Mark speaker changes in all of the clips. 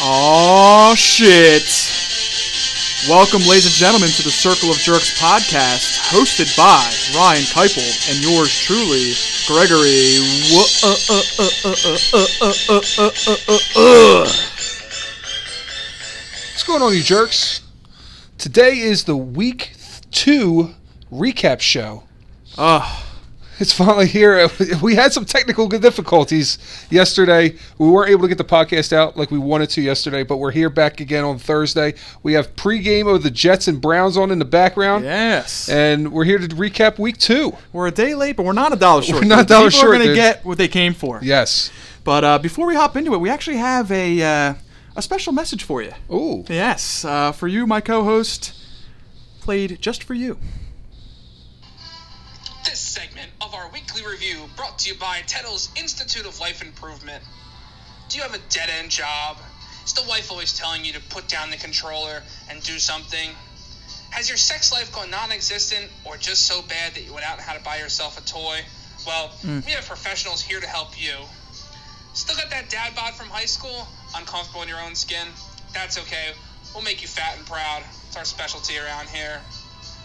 Speaker 1: Oh shit! Welcome, ladies and gentlemen, to the Circle of Jerks podcast, hosted by Ryan Keiple and yours truly, Gregory. Wo- uh, uh, uh,
Speaker 2: What's going on, you jerks? Today is the week th- two recap show.
Speaker 1: Ah.
Speaker 2: It's finally here. We had some technical difficulties yesterday. We weren't able to get the podcast out like we wanted to yesterday, but we're here back again on Thursday. We have pregame of the Jets and Browns on in the background,
Speaker 1: yes,
Speaker 2: and we're here to recap week two.
Speaker 1: we're a day late, but we're not a dollar short.
Speaker 2: not a
Speaker 1: People
Speaker 2: dollar
Speaker 1: are
Speaker 2: short,
Speaker 1: gonna
Speaker 2: dude.
Speaker 1: get what they came for.
Speaker 2: Yes.
Speaker 1: But uh, before we hop into it, we actually have a uh, a special message for you.
Speaker 2: Ooh.
Speaker 1: Yes, uh, for you, my co-host, played just for you.
Speaker 3: This segment of our weekly review brought to you by Teddel's Institute of Life Improvement. Do you have a dead end job? Is the wife always telling you to put down the controller and do something? Has your sex life gone non existent or just so bad that you went out and had to buy yourself a toy? Well, we have professionals here to help you. Still got that dad bod from high school? Uncomfortable in your own skin? That's okay. We'll make you fat and proud. It's our specialty around here.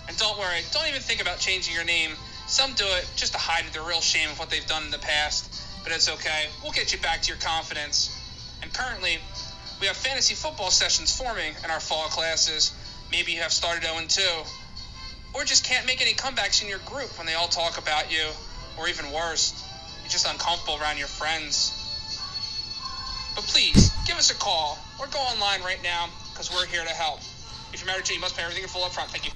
Speaker 3: And don't worry, don't even think about changing your name. Some do it just to hide the real shame of what they've done in the past, but it's okay. We'll get you back to your confidence. And currently, we have fantasy football sessions forming in our fall classes. Maybe you have started 0 2, or just can't make any comebacks in your group when they all talk about you, or even worse, you're just uncomfortable around your friends. But please, give us a call or go online right now because we're here to help. If you're married to, you must pay everything in full up front. Thank you.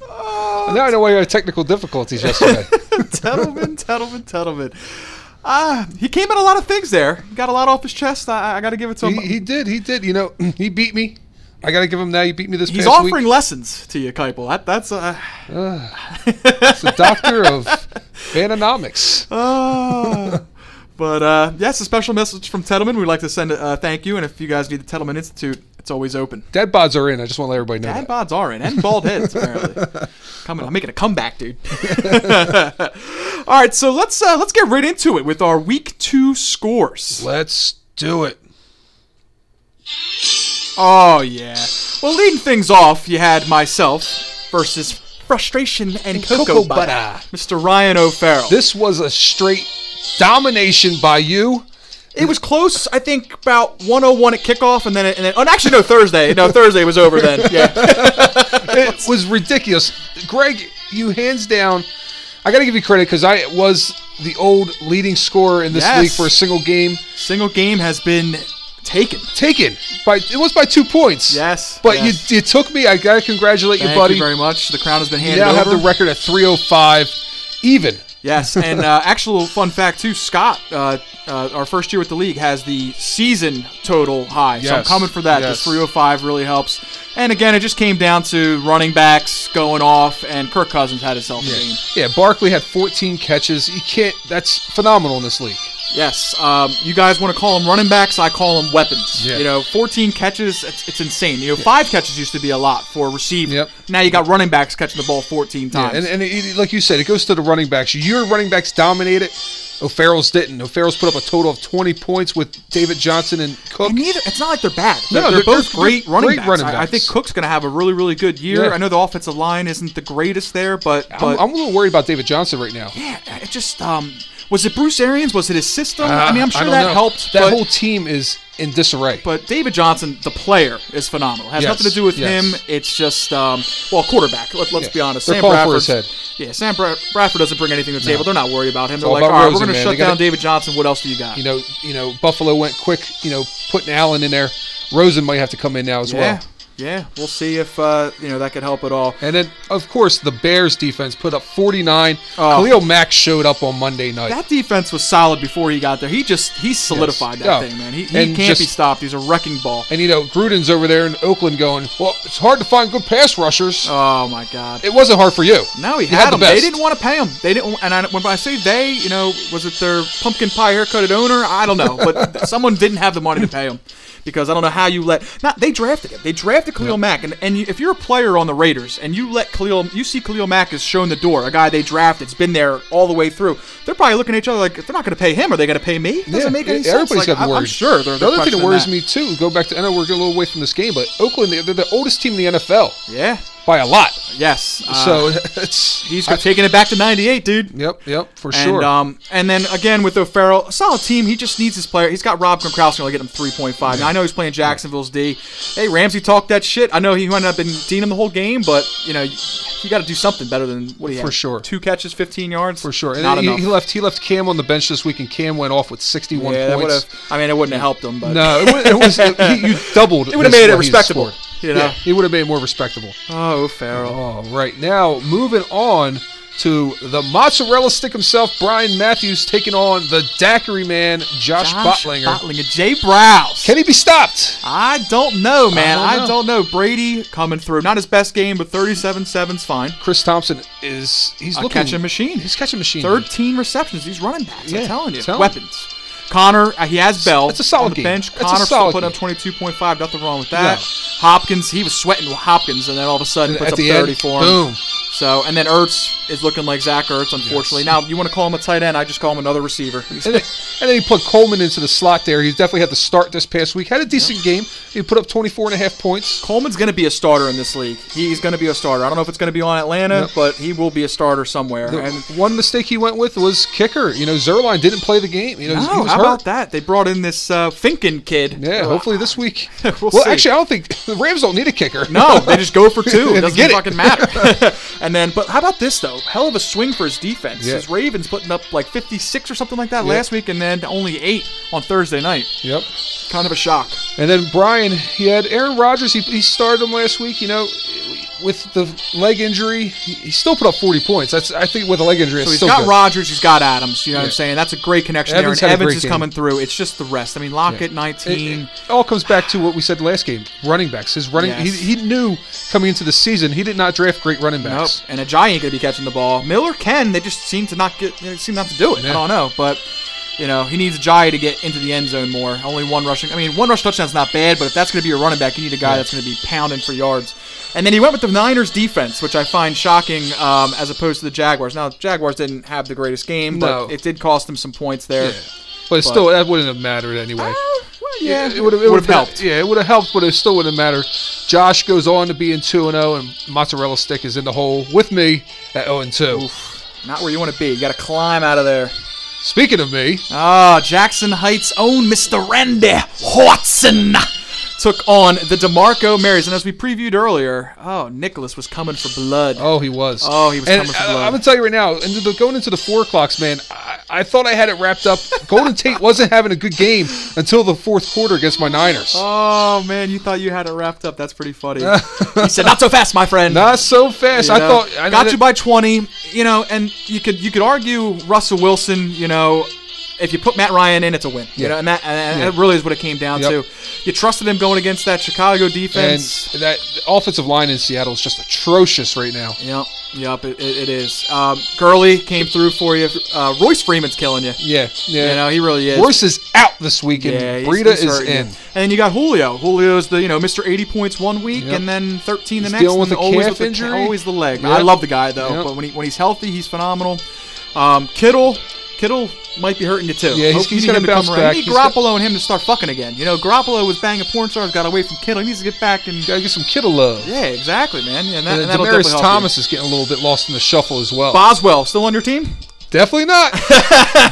Speaker 2: Now I know why you had technical difficulties yesterday.
Speaker 1: Tettleman, Tettleman, Tettleman. Ah, he came at a lot of things there. Got a lot off his chest. I, I got to give it to him.
Speaker 2: he, he did. He did. You know, he beat me. I got to give him that. You beat me this
Speaker 1: He's
Speaker 2: past week.
Speaker 1: offering lessons to you, Keipel. That, that's uh,
Speaker 2: It's the doctor of Fanonomics.
Speaker 1: ah. but uh, yes, a special message from Tettleman. We'd like to send a uh, thank you. And if you guys need the Tettleman Institute, it's always open.
Speaker 2: Dead bods are in. I just want to let everybody know.
Speaker 1: Dad
Speaker 2: that.
Speaker 1: bods are in, and bald heads apparently. Coming, I'm making a comeback, dude. All right, so let's uh, let's get right into it with our week two scores.
Speaker 2: Let's do it.
Speaker 1: Oh yeah. Well, leading things off, you had myself versus frustration and, cocoa,
Speaker 2: cocoa
Speaker 1: butter.
Speaker 2: butter.
Speaker 1: Mr. Ryan O'Farrell.
Speaker 2: This was a straight domination by you.
Speaker 1: it was close. I think about 101 at kickoff, and then it, and then, oh, actually no Thursday. No Thursday was over then. Yeah.
Speaker 2: It was ridiculous. Greg, you hands down. I got to give you credit because I was the old leading scorer in this
Speaker 1: Yes.
Speaker 2: league for a single game,
Speaker 1: Single game has been taken.
Speaker 2: taken by it was by two points.
Speaker 1: Yes,
Speaker 2: but
Speaker 1: yes.
Speaker 2: you you took me. I got to congratulate
Speaker 1: Thank
Speaker 2: you, buddy.
Speaker 1: you very much. The crown has been
Speaker 2: You
Speaker 1: handed
Speaker 2: now
Speaker 1: over.
Speaker 2: have the record at 305, even.
Speaker 1: Yes, and uh, actual fun fact too, Scott, uh, uh, our first year with the league has the season total high, so I'm
Speaker 2: Yes,
Speaker 1: coming for that.
Speaker 2: yes.
Speaker 1: The 305 really helps. And again, it just came down to running backs going off, and Kirk Cousins had himself a game.
Speaker 2: Yeah, Barkley had 14 catches. You can't. That's phenomenal in this league.
Speaker 1: Yes, um, you guys want to call them running backs? I call them weapons.
Speaker 2: Yeah.
Speaker 1: You know, 14 catches, it's, it's insane. You know, five catches used to be a lot for a receiver.
Speaker 2: Yep.
Speaker 1: Now you got running backs catching the ball 14 times.
Speaker 2: And, and it, like you said, it goes to the running backs. Your running backs dominated. O'Farrell's didn't. O'Farrell's put up a total of 20 points with David Johnson and Cook.
Speaker 1: And neither it's not like they're bad. They're,
Speaker 2: No,
Speaker 1: they're
Speaker 2: they're-
Speaker 1: both
Speaker 2: they're
Speaker 1: great,
Speaker 2: great
Speaker 1: running, backs.
Speaker 2: running
Speaker 1: I, I
Speaker 2: backs.
Speaker 1: think Cook's going to have a really, really good year.
Speaker 2: Yeah.
Speaker 1: I know the offensive line isn't the greatest there, but
Speaker 2: I'm,
Speaker 1: but
Speaker 2: I'm a little worried about David Johnson right now.
Speaker 1: yeah, it just um was it Bruce Arians? Was it his system? I
Speaker 2: Uh,
Speaker 1: mean, I'm sure
Speaker 2: don't
Speaker 1: that
Speaker 2: know.
Speaker 1: helped.
Speaker 2: That
Speaker 1: but,
Speaker 2: whole team is in disarray.
Speaker 1: but David Johnson, the player, is phenomenal. Has
Speaker 2: Yes,
Speaker 1: nothing to do with
Speaker 2: yes.
Speaker 1: him. It's just um well, quarterback. Let, let's
Speaker 2: Yeah.
Speaker 1: be honest.
Speaker 2: They're
Speaker 1: Sam
Speaker 2: calling for his
Speaker 1: Bradford's- Yeah, Sam Bra- Bradford doesn't bring anything to the table. They're not worried about him. They're
Speaker 2: all
Speaker 1: like, all
Speaker 2: about
Speaker 1: right, we're
Speaker 2: Rosen,
Speaker 1: going to
Speaker 2: man.
Speaker 1: shut
Speaker 2: They gotta-
Speaker 1: down David Johnson. What else do you got?
Speaker 2: You know, you know, Buffalo went quick. You know, putting Allen in there. Rosen might have to come in now as
Speaker 1: yeah,
Speaker 2: well.
Speaker 1: yeah. We'll see if uh, you know that could help at all.
Speaker 2: And then, of course, the Bears defense put up 49.
Speaker 1: Oh.
Speaker 2: Khalil Mack showed up on Monday night.
Speaker 1: That defense was solid before he got there. He just he solidified that
Speaker 2: Yes. Yeah.
Speaker 1: thing, man. He, he
Speaker 2: And
Speaker 1: can't be
Speaker 2: just-
Speaker 1: stopped. He's a wrecking ball.
Speaker 2: and you know, Gruden's over there in Oakland going, well, it's hard to find good pass rushers.
Speaker 1: Oh my God!
Speaker 2: it wasn't hard for you.
Speaker 1: Now he
Speaker 2: You
Speaker 1: had,
Speaker 2: the
Speaker 1: him. They
Speaker 2: best.
Speaker 1: didn't want to pay him. They didn't. And I, when I say they, you know, was it their pumpkin pie haircutted owner? I don't know, but someone didn't have the money to pay him. because I don't know how you let. Not they drafted him. They drafted Khalil Mack, and and you, if you're a player on the Raiders and you let Khalil, you see Khalil Mack is shown the door, a guy they drafted's been there all the way through. They're probably looking at each other like, if they're not going to pay him, are they going to pay me? It doesn't
Speaker 2: Yeah,
Speaker 1: make any
Speaker 2: yeah,
Speaker 1: sense.
Speaker 2: Everybody's
Speaker 1: like,
Speaker 2: got
Speaker 1: I-
Speaker 2: worries.
Speaker 1: I'm sure. They're,
Speaker 2: the other thing that worries
Speaker 1: me.
Speaker 2: me too. Go back to I know we're getting a little away from this game, but Oakland they're, they're the oldest team in the NFL
Speaker 1: Yeah.
Speaker 2: by a lot.
Speaker 1: Yes. Uh,
Speaker 2: so it's
Speaker 1: he's
Speaker 2: I-
Speaker 1: got, taking it back to '98, dude.
Speaker 2: Yep, yep, for
Speaker 1: And
Speaker 2: sure.
Speaker 1: um, and then again with O'Farrell, a solid team. He just needs his player. He's got Rob Gronkowski. I'll get him 3.5. Now I know he's playing Jacksonville's D. Hey, Ramsey talked that shit. I know he might not have been Dean him the whole game, but you know you, got to do something better than what he had.
Speaker 2: For sure.
Speaker 1: Two catches, 15 yards.
Speaker 2: for sure. And
Speaker 1: Not
Speaker 2: he,
Speaker 1: enough.
Speaker 2: he left he left Cam on the bench this week, and Cam went off with 61
Speaker 1: yeah, that would
Speaker 2: points.
Speaker 1: have. I mean, it wouldn't have helped him, but
Speaker 2: No, it, wa- it was it, he, you doubled.
Speaker 1: It would've
Speaker 2: his-
Speaker 1: made it
Speaker 2: what he
Speaker 1: respectable,
Speaker 2: scored.
Speaker 1: you know?
Speaker 2: Yeah, it would have made it more respectable.
Speaker 1: Oh, O'Farrell.
Speaker 2: All right, now moving on to the mozzarella stick himself, Brian Matthews, taking on the daiquiri man,
Speaker 1: Josh
Speaker 2: Josh, Bottlinger.
Speaker 1: Bottlinger. Jay Browse.
Speaker 2: Can he be stopped?
Speaker 1: I don't know, man.
Speaker 2: don't
Speaker 1: I
Speaker 2: know.
Speaker 1: don't know. Brady coming through. Not his best game, but 37 7's fine.
Speaker 2: Chris Thompson is he's
Speaker 1: A
Speaker 2: looking
Speaker 1: catching machine.
Speaker 2: He's catching machine.
Speaker 1: 13 receptions. These running backs,
Speaker 2: Yeah,
Speaker 1: I'm telling you,
Speaker 2: tell 'em.
Speaker 1: weapons. Connor, uh, he has Bell.
Speaker 2: that's a solid
Speaker 1: on the
Speaker 2: game.
Speaker 1: bench.
Speaker 2: That's a
Speaker 1: Connor
Speaker 2: solid
Speaker 1: still put up
Speaker 2: game.
Speaker 1: 22.5. Nothing wrong with that.
Speaker 2: No.
Speaker 1: Hopkins, he was sweating with Hopkins, and then all of a sudden puts
Speaker 2: at
Speaker 1: up
Speaker 2: the
Speaker 1: 30
Speaker 2: end,
Speaker 1: for him.
Speaker 2: boom.
Speaker 1: So, and then Ertz is looking like Zach Ertz, unfortunately. Now, you want to call him a tight end? I just call him another receiver.
Speaker 2: And then, and then he put Coleman into the slot there. He definitely had the start this past week. Had a decent game. He put up 24 and a half points.
Speaker 1: Coleman's going to be a starter in this league. He's going to be a starter. I don't know if it's going to be on Atlanta,
Speaker 2: Yep.
Speaker 1: but he will be a starter somewhere.
Speaker 2: The
Speaker 1: and
Speaker 2: one mistake he went with was kicker. You know, Zerline didn't play the game. You know, he
Speaker 1: no,
Speaker 2: was
Speaker 1: oh, how
Speaker 2: hurt.
Speaker 1: about that? They brought in this uh, Finken kid.
Speaker 2: Yeah, hopefully this week.
Speaker 1: We'll see.
Speaker 2: actually, I don't think the Rams don't need a kicker.
Speaker 1: No, they just go for two. It
Speaker 2: And
Speaker 1: doesn't
Speaker 2: get it.
Speaker 1: fucking matter. and then, but how about this though? Hell of a swing for his defense.
Speaker 2: Yeah.
Speaker 1: His Ravens putting up like 56 or something like that
Speaker 2: Yeah.
Speaker 1: last week, and then only eight on Thursday night.
Speaker 2: Yep.
Speaker 1: Kind of a shock.
Speaker 2: And then Brian, he had Aaron Rodgers. He, he started him last week. You know, with the leg injury, he, he still put up 40 points. That's I think with a leg injury,
Speaker 1: So
Speaker 2: it's
Speaker 1: he's
Speaker 2: still
Speaker 1: got
Speaker 2: good.
Speaker 1: Rodgers, he's got Adams. You know what I'm
Speaker 2: Yeah.
Speaker 1: saying? That's a great connection
Speaker 2: Evans
Speaker 1: there.
Speaker 2: had a
Speaker 1: And Evans
Speaker 2: great
Speaker 1: is
Speaker 2: game.
Speaker 1: coming through. It's just the rest. I mean, Lockett
Speaker 2: It,
Speaker 1: 19.
Speaker 2: it all comes back to what we said last game: running backs. His running,
Speaker 1: Yes.
Speaker 2: he, he knew coming into the season he did not draft great running
Speaker 1: Nope.
Speaker 2: backs.
Speaker 1: And Ajayi ain't gonna be catching the ball. Miller can. They just seem to not get. They seem not to do it.
Speaker 2: Yeah.
Speaker 1: I don't know, but you know he needs Ajayi to get into the end zone more. Only one rushing. I mean, one rush touchdown's not bad, but if that's gonna be your running back, you need a guy that's gonna be pounding for yards. And then he went with the Niners defense, which I find shocking, um, as opposed to the Jaguars. Now, Jaguars didn't have the greatest game, but
Speaker 2: No.
Speaker 1: it did cost them some points there.
Speaker 2: Yeah. But, it's still, that wouldn't have mattered anyway.
Speaker 1: Oh, well, yeah,
Speaker 2: it would have
Speaker 1: Would've helped.
Speaker 2: Yeah, it would have helped, but it still wouldn't have mattered. Josh goes on to be in two and zero, and mozzarella stick is in the hole with me at zero and two.
Speaker 1: Not where you want to be. You got to climb out of there.
Speaker 2: Speaking of me,
Speaker 1: Ah, Jackson Heights' own Mr. Randy Watson took on the DeMarco Marys. And as we previewed earlier, oh, Nicholas was coming for blood.
Speaker 2: oh, he was.
Speaker 1: Oh, he was
Speaker 2: and
Speaker 1: coming for
Speaker 2: I,
Speaker 1: blood.
Speaker 2: am gonna tell you right now, and the, going into the four o'clocks, man, I, I thought I had it wrapped up. Golden Tate wasn't having a good game until the fourth quarter against my Niners.
Speaker 1: Oh, man, you thought you had it wrapped up. That's pretty funny. he said, not so fast, my friend.
Speaker 2: Not so fast.
Speaker 1: You
Speaker 2: I
Speaker 1: know,
Speaker 2: thought I
Speaker 1: got you by 20, you know, and you could you could argue Russell Wilson, you know, if you put Matt Ryan in, it's a win. You
Speaker 2: Yeah.
Speaker 1: know, and that, and
Speaker 2: Yeah.
Speaker 1: that really is what it came down
Speaker 2: Yep.
Speaker 1: to. You trusted him going against that Chicago
Speaker 2: And
Speaker 1: defense.
Speaker 2: that offensive line in Seattle is just atrocious right now.
Speaker 1: Yep, yep, it, it, it is. Um, Gurley came through for you. Uh, Royce Freeman's killing you.
Speaker 2: Yeah, yeah.
Speaker 1: You know, he really is.
Speaker 2: Royce is out this week, and
Speaker 1: yeah, he's-
Speaker 2: Breida
Speaker 1: he's
Speaker 2: is
Speaker 1: hurting you.
Speaker 2: in.
Speaker 1: And then you got Julio. Julio's the, you know, Mr. 80 points one week
Speaker 2: Yep.
Speaker 1: and then 13 the
Speaker 2: He's
Speaker 1: next.
Speaker 2: dealing with
Speaker 1: and
Speaker 2: a
Speaker 1: always
Speaker 2: calf
Speaker 1: the,
Speaker 2: injury.
Speaker 1: Always the leg.
Speaker 2: Yep.
Speaker 1: I love the guy, though,
Speaker 2: Yep.
Speaker 1: but when, he, when he's healthy, he's phenomenal. Um, Kittle. Kittle might be hurting you too.
Speaker 2: Yeah, he's-
Speaker 1: Hope you
Speaker 2: he's
Speaker 1: need
Speaker 2: gonna
Speaker 1: him to come
Speaker 2: bounce
Speaker 1: around.
Speaker 2: back.
Speaker 1: You need
Speaker 2: He's got-
Speaker 1: Garoppolo and him to start fucking again. You know, Garoppolo was banging porn stars, got away from Kittle. He needs to get back and
Speaker 2: Gotta get some Kittle love.
Speaker 1: yeah, exactly, man. And, that, and
Speaker 2: And then
Speaker 1: that'll definitely
Speaker 2: Damaris
Speaker 1: help
Speaker 2: Thomas is getting a little bit lost in the shuffle as well.
Speaker 1: You. Boswell still on your team?
Speaker 2: Definitely not.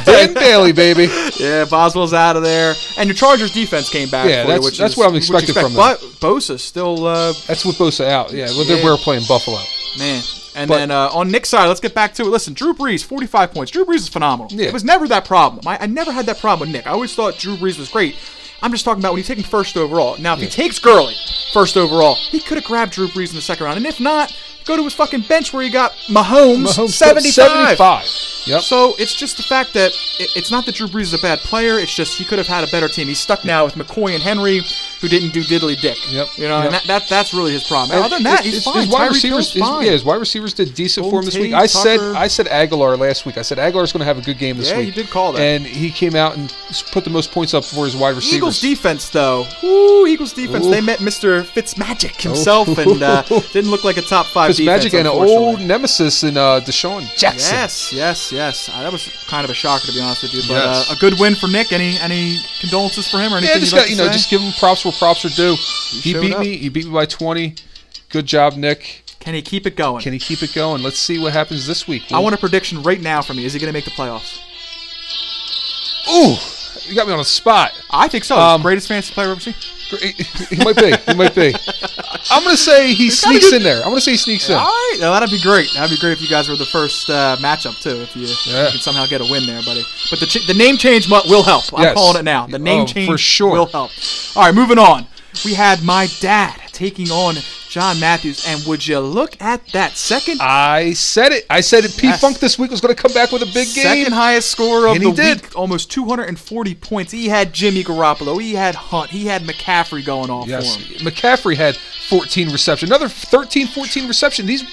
Speaker 2: Dan Bailey, baby.
Speaker 1: Yeah, Boswell's out of there, and your Chargers defense came back.
Speaker 2: Yeah,
Speaker 1: for
Speaker 2: that's-
Speaker 1: you, which
Speaker 2: that's
Speaker 1: is,
Speaker 2: what I'm
Speaker 1: which you
Speaker 2: expecting
Speaker 1: expect.
Speaker 2: from them.
Speaker 1: But Bosa still, uh,
Speaker 2: That's with Bosa out. Yeah, well,
Speaker 1: Yeah.
Speaker 2: they were playing Buffalo.
Speaker 1: man. And
Speaker 2: But-
Speaker 1: then uh, on Nick's side, let's get back to it. Listen, Drew Brees, 45 points. Drew Brees is phenomenal.
Speaker 2: Yeah.
Speaker 1: It was never that problem. I, I never had that problem with Nick. I always thought Drew Brees was great. I'm just talking about when you take him first overall. Now, if he takes Gurley first overall, he could have grabbed Drew Brees in the second round. And if not, go to his fucking bench where he got Mahomes,
Speaker 2: Mahomes
Speaker 1: 75.
Speaker 2: 75. Yep.
Speaker 1: So it's just the fact that it, it's not that Drew Brees is a bad player. It's just he could have had a better team. He's stuck now with McCoy and Henry. who didn't do diddly dick.
Speaker 2: Yep.
Speaker 1: You know,
Speaker 2: Yep.
Speaker 1: and that, that that's really his problem. And other than
Speaker 2: It-
Speaker 1: that,
Speaker 2: it-
Speaker 1: he's
Speaker 2: it's-
Speaker 1: fine.
Speaker 2: His wide
Speaker 1: Tyreek
Speaker 2: receivers,
Speaker 1: Hill's
Speaker 2: his-
Speaker 1: fine.
Speaker 2: yeah, his wide receivers did decent for him this
Speaker 1: Golden
Speaker 2: week. I
Speaker 1: Tate,
Speaker 2: said,
Speaker 1: Tucker.
Speaker 2: I said Aguilar last week. I said Aguilar's going to have a good game this
Speaker 1: Yeah,
Speaker 2: week.
Speaker 1: you did call that.
Speaker 2: and he came out and s- put the most points up for his wide receivers.
Speaker 1: Eagles defense, though. Ooh, Eagles defense.
Speaker 2: Ooh.
Speaker 1: They met Mr. Fitzmagic himself, and uh, didn't look like a top five
Speaker 2: It's
Speaker 1: defense.
Speaker 2: Magic and an
Speaker 1: unfortunately.
Speaker 2: old nemesis in uh, Deshaun Jackson.
Speaker 1: Yes, yes, yes. Uh, that was kind of a shocker, to be honest with you. But
Speaker 2: Yes.
Speaker 1: uh, a good win for Nick. Any any condolences for him or anything?
Speaker 2: Yeah, just
Speaker 1: you'd like
Speaker 2: got you
Speaker 1: to
Speaker 2: know,
Speaker 1: say?
Speaker 2: just give him props where props are due. He,
Speaker 1: showed
Speaker 2: beat
Speaker 1: up.
Speaker 2: me. He beat me by twenty. Good job, Nick.
Speaker 1: can he keep it going?
Speaker 2: Can he keep it going? Let's see what happens this week.
Speaker 1: I want a prediction right now from you. Is he going to make the playoffs?
Speaker 2: Ooh, you got me on the spot.
Speaker 1: I think so.
Speaker 2: Um,
Speaker 1: Greatest fantasy player I've ever seen.
Speaker 2: He he might be. He might be. I'm gonna say he
Speaker 1: gotta
Speaker 2: sneaks
Speaker 1: be-
Speaker 2: in there. I'm gonna say he sneaks in.
Speaker 1: All right, now that'd be great. That'd be great if you guys were the first uh, matchup too. If you, if you
Speaker 2: Yeah.
Speaker 1: could somehow get a win there, buddy. But the ch- the name change mu- will help. I'm
Speaker 2: Yes.
Speaker 1: calling it now. The name
Speaker 2: Oh, for
Speaker 1: change
Speaker 2: sure.
Speaker 1: will help. All right, moving on. We had my dad taking on John Matthews, and would you look at that second
Speaker 2: I said it. I said it. P
Speaker 1: Yes.
Speaker 2: Funk this week was gonna come back with a big game.
Speaker 1: Second highest scorer of
Speaker 2: And
Speaker 1: the
Speaker 2: he did.
Speaker 1: week, almost 240 points. He had Jimmy Garoppolo, he had Hunt, he had McCaffrey going off
Speaker 2: Yes.
Speaker 1: for him.
Speaker 2: McCaffrey had 14 reception. Another 13, 14 reception. These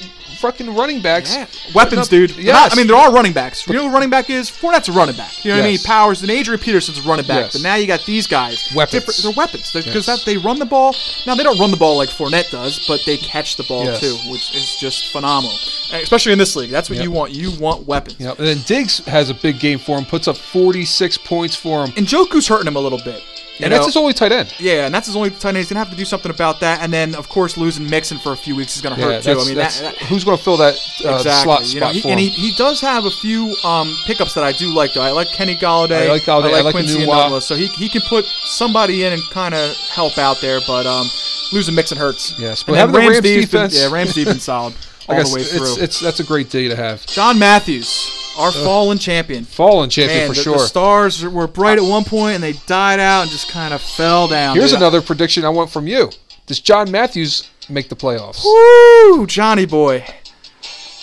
Speaker 2: fucking running backs.
Speaker 1: Yeah. Weapons,
Speaker 2: putting up-
Speaker 1: dude. They're
Speaker 2: Yes.
Speaker 1: not- I mean, there are running backs. You know, who a running back is Fournette's a running back. You know what I mean?
Speaker 2: Yes.
Speaker 1: Powers and Adrian Peterson's a running back.
Speaker 2: Yes.
Speaker 1: But now you got these guys.
Speaker 2: Weapons.
Speaker 1: Different- They're weapons because
Speaker 2: Yes.
Speaker 1: they run the ball. Now they don't run the ball like Fournette does, but they catch the ball
Speaker 2: Yes.
Speaker 1: too, which is just phenomenal. And Especially in this league, that's what
Speaker 2: Yep.
Speaker 1: you want. You want weapons.
Speaker 2: Yep. And then Diggs has a big game for him. Puts up 46 points for him.
Speaker 1: And Joku's hurting him a little bit. you
Speaker 2: And that's
Speaker 1: know?
Speaker 2: his only tight end.
Speaker 1: Yeah, and that's his only tight end. He's gonna have to do something about that. And then, of course, losing Mixon for a few weeks is gonna
Speaker 2: Yeah,
Speaker 1: hurt too. I
Speaker 2: that's-
Speaker 1: mean, that,
Speaker 2: that's-
Speaker 1: that
Speaker 2: who's going to fill that uh,
Speaker 1: exactly.
Speaker 2: slot
Speaker 1: you know,
Speaker 2: spot
Speaker 1: he-
Speaker 2: for
Speaker 1: and he,
Speaker 2: him?
Speaker 1: he does have a few um, pickups that I do like though. I like Kenny Galladay.
Speaker 2: I like Galladay, I like
Speaker 1: Quincy
Speaker 2: Nwa.
Speaker 1: Enunwa. So he he can put somebody in and kind of help out there, but um, losing Mixon hurts.
Speaker 2: Yes, but
Speaker 1: but
Speaker 2: having the Rams defense-
Speaker 1: Been, yeah, Rams defense solid all
Speaker 2: Like I
Speaker 1: the way
Speaker 2: s-
Speaker 1: through.
Speaker 2: it's, it's that's a great day to have.
Speaker 1: John Matthews, our fallen champion.
Speaker 2: Fallen champion
Speaker 1: Man,
Speaker 2: for
Speaker 1: the,
Speaker 2: sure.
Speaker 1: the stars were bright at one point and they died out and just kind of fell down.
Speaker 2: Here's
Speaker 1: dude.
Speaker 2: another prediction I want from you. Does John Matthews make the playoffs?
Speaker 1: Woo, Johnny boy.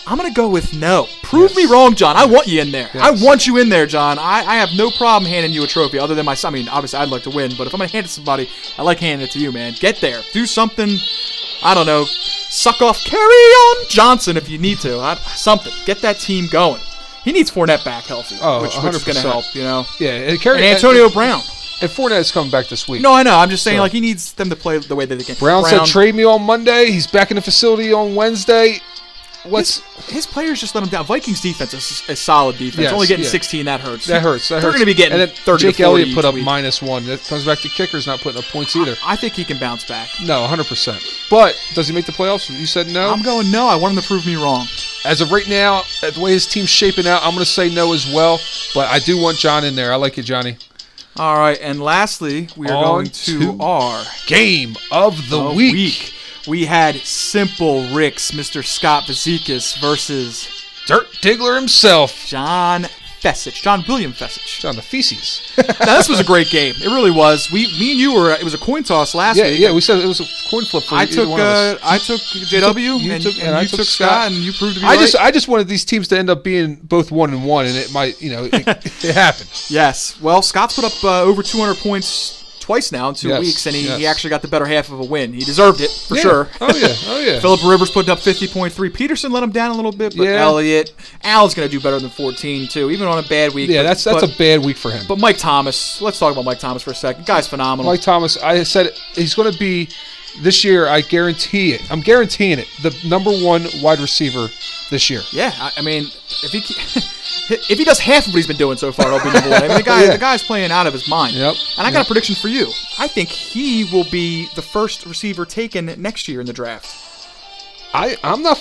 Speaker 1: I'm gonna go with no. Prove
Speaker 2: Yes.
Speaker 1: me wrong, John. I want you in there.
Speaker 2: Yes.
Speaker 1: I want you in there, John. I, I have no problem handing you a trophy other than my. I mean, obviously, I'd like to win, but if I'm gonna hand it to somebody, I like handing it to you, man. Get there. Do something. I don't know. Suck off. Carry on, Johnson, if you need to. I, something. Get that team going. He needs Fournette back healthy,
Speaker 2: Oh,
Speaker 1: which, which is gonna
Speaker 2: 100%.
Speaker 1: help, you know.
Speaker 2: Yeah, and, Kerry,
Speaker 1: And Antonio Brown.
Speaker 2: and Fournette's coming back this week.
Speaker 1: No, I know. I'm just saying,
Speaker 2: So-
Speaker 1: like, he needs them to play the way that they can.
Speaker 2: Brown, said trade me on Monday. He's back in the facility on Wednesday. What's
Speaker 1: his, his players just let him down. Vikings defense is a solid defense.
Speaker 2: Yes,
Speaker 1: Only getting
Speaker 2: yeah.
Speaker 1: 16 that hurts.
Speaker 2: that hurts? That
Speaker 1: They're
Speaker 2: hurts.
Speaker 1: going to be getting
Speaker 2: and then
Speaker 1: 30 to
Speaker 2: Jake Elliott
Speaker 1: 40
Speaker 2: put
Speaker 1: each
Speaker 2: up
Speaker 1: week.
Speaker 2: minus one. That comes back to kickers not putting up points either.
Speaker 1: I think he can bounce back.
Speaker 2: No, 100. percent But does he make the playoffs? You said no.
Speaker 1: I'm going no. I want him to prove me wrong.
Speaker 2: As of right now, the way his team's shaping out, I'm going to say no as well. But I do want John in there. I like you, Johnny.
Speaker 1: All right, and lastly, we are
Speaker 2: On
Speaker 1: going to,
Speaker 2: to
Speaker 1: our
Speaker 2: Game of the
Speaker 1: of
Speaker 2: week.
Speaker 1: We had Simple Ricks, Mr. Scott Vazikis versus
Speaker 2: Dirt Diggler himself,
Speaker 1: John Fessich, John William Fessich.
Speaker 2: John the feces.
Speaker 1: now this was a great game. It really was. We, me and you were. It was a coin toss last
Speaker 2: yeah,
Speaker 1: week.
Speaker 2: yeah. We said it was a coin flip for
Speaker 1: I
Speaker 2: either
Speaker 1: took
Speaker 2: one of us.
Speaker 1: uh, I took JW
Speaker 2: you
Speaker 1: and,
Speaker 2: took-
Speaker 1: and
Speaker 2: and I
Speaker 1: you
Speaker 2: took
Speaker 1: took Scott,
Speaker 2: Scott.
Speaker 1: and you proved to be
Speaker 2: I
Speaker 1: right.
Speaker 2: just I just wanted these teams to end up being both one and one, and it might you know it, it happened.
Speaker 1: Yes. Well, Scott's put up uh, over 200 points twice now in two
Speaker 2: Yes,
Speaker 1: weeks, and he, he
Speaker 2: yes.
Speaker 1: actually got the better half of a win. He deserved it for
Speaker 2: Yeah.
Speaker 1: sure.
Speaker 2: Oh yeah. Oh yeah.
Speaker 1: Philip Rivers put up 50.3. Peterson let him down a little bit, but
Speaker 2: Yeah.
Speaker 1: Elliott, Al's going to do better than 14 too, even on a bad week.
Speaker 2: yeah.
Speaker 1: but-
Speaker 2: That's that's
Speaker 1: but,
Speaker 2: a bad week for him.
Speaker 1: But Mike Thomas, let's talk about Mike Thomas for a second. Guy's phenomenal.
Speaker 2: Mike Thomas, I said it, he's going to be this year. I guarantee it. I'm guaranteeing it. The number one wide receiver this year.
Speaker 1: Yeah, I, I mean, if he ke- if he does half of what he's been doing so far, he'll be number one. I mean, the guy
Speaker 2: Yeah.
Speaker 1: the guy's playing out of his mind.
Speaker 2: Yep,
Speaker 1: And I got
Speaker 2: yep.
Speaker 1: a prediction for you. I think he will be the first receiver taken next year in the draft.
Speaker 2: I I'm not.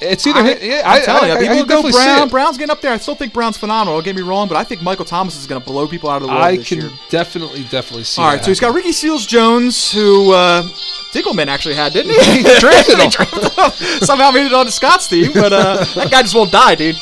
Speaker 2: It's either.
Speaker 1: I,
Speaker 2: hit- yeah, I,
Speaker 1: am telling
Speaker 2: I,
Speaker 1: you,
Speaker 2: I,
Speaker 1: people
Speaker 2: I
Speaker 1: will go
Speaker 2: definitely see
Speaker 1: Brown.
Speaker 2: it.
Speaker 1: Brown's getting up there. I still think Brown's phenomenal. Don't get me wrong, but I think Michael Thomas is going to blow people out of the water
Speaker 2: I
Speaker 1: this
Speaker 2: can
Speaker 1: year.
Speaker 2: definitely definitely see.
Speaker 1: All right,
Speaker 2: that
Speaker 1: so he's got Ricky Seals Jones, who uh, Dickelman actually had, didn't he?
Speaker 2: happen. he drafted
Speaker 1: They
Speaker 2: him.
Speaker 1: drafted him. Somehow made it onto Scott's team, but uh, that guy just won't die, dude.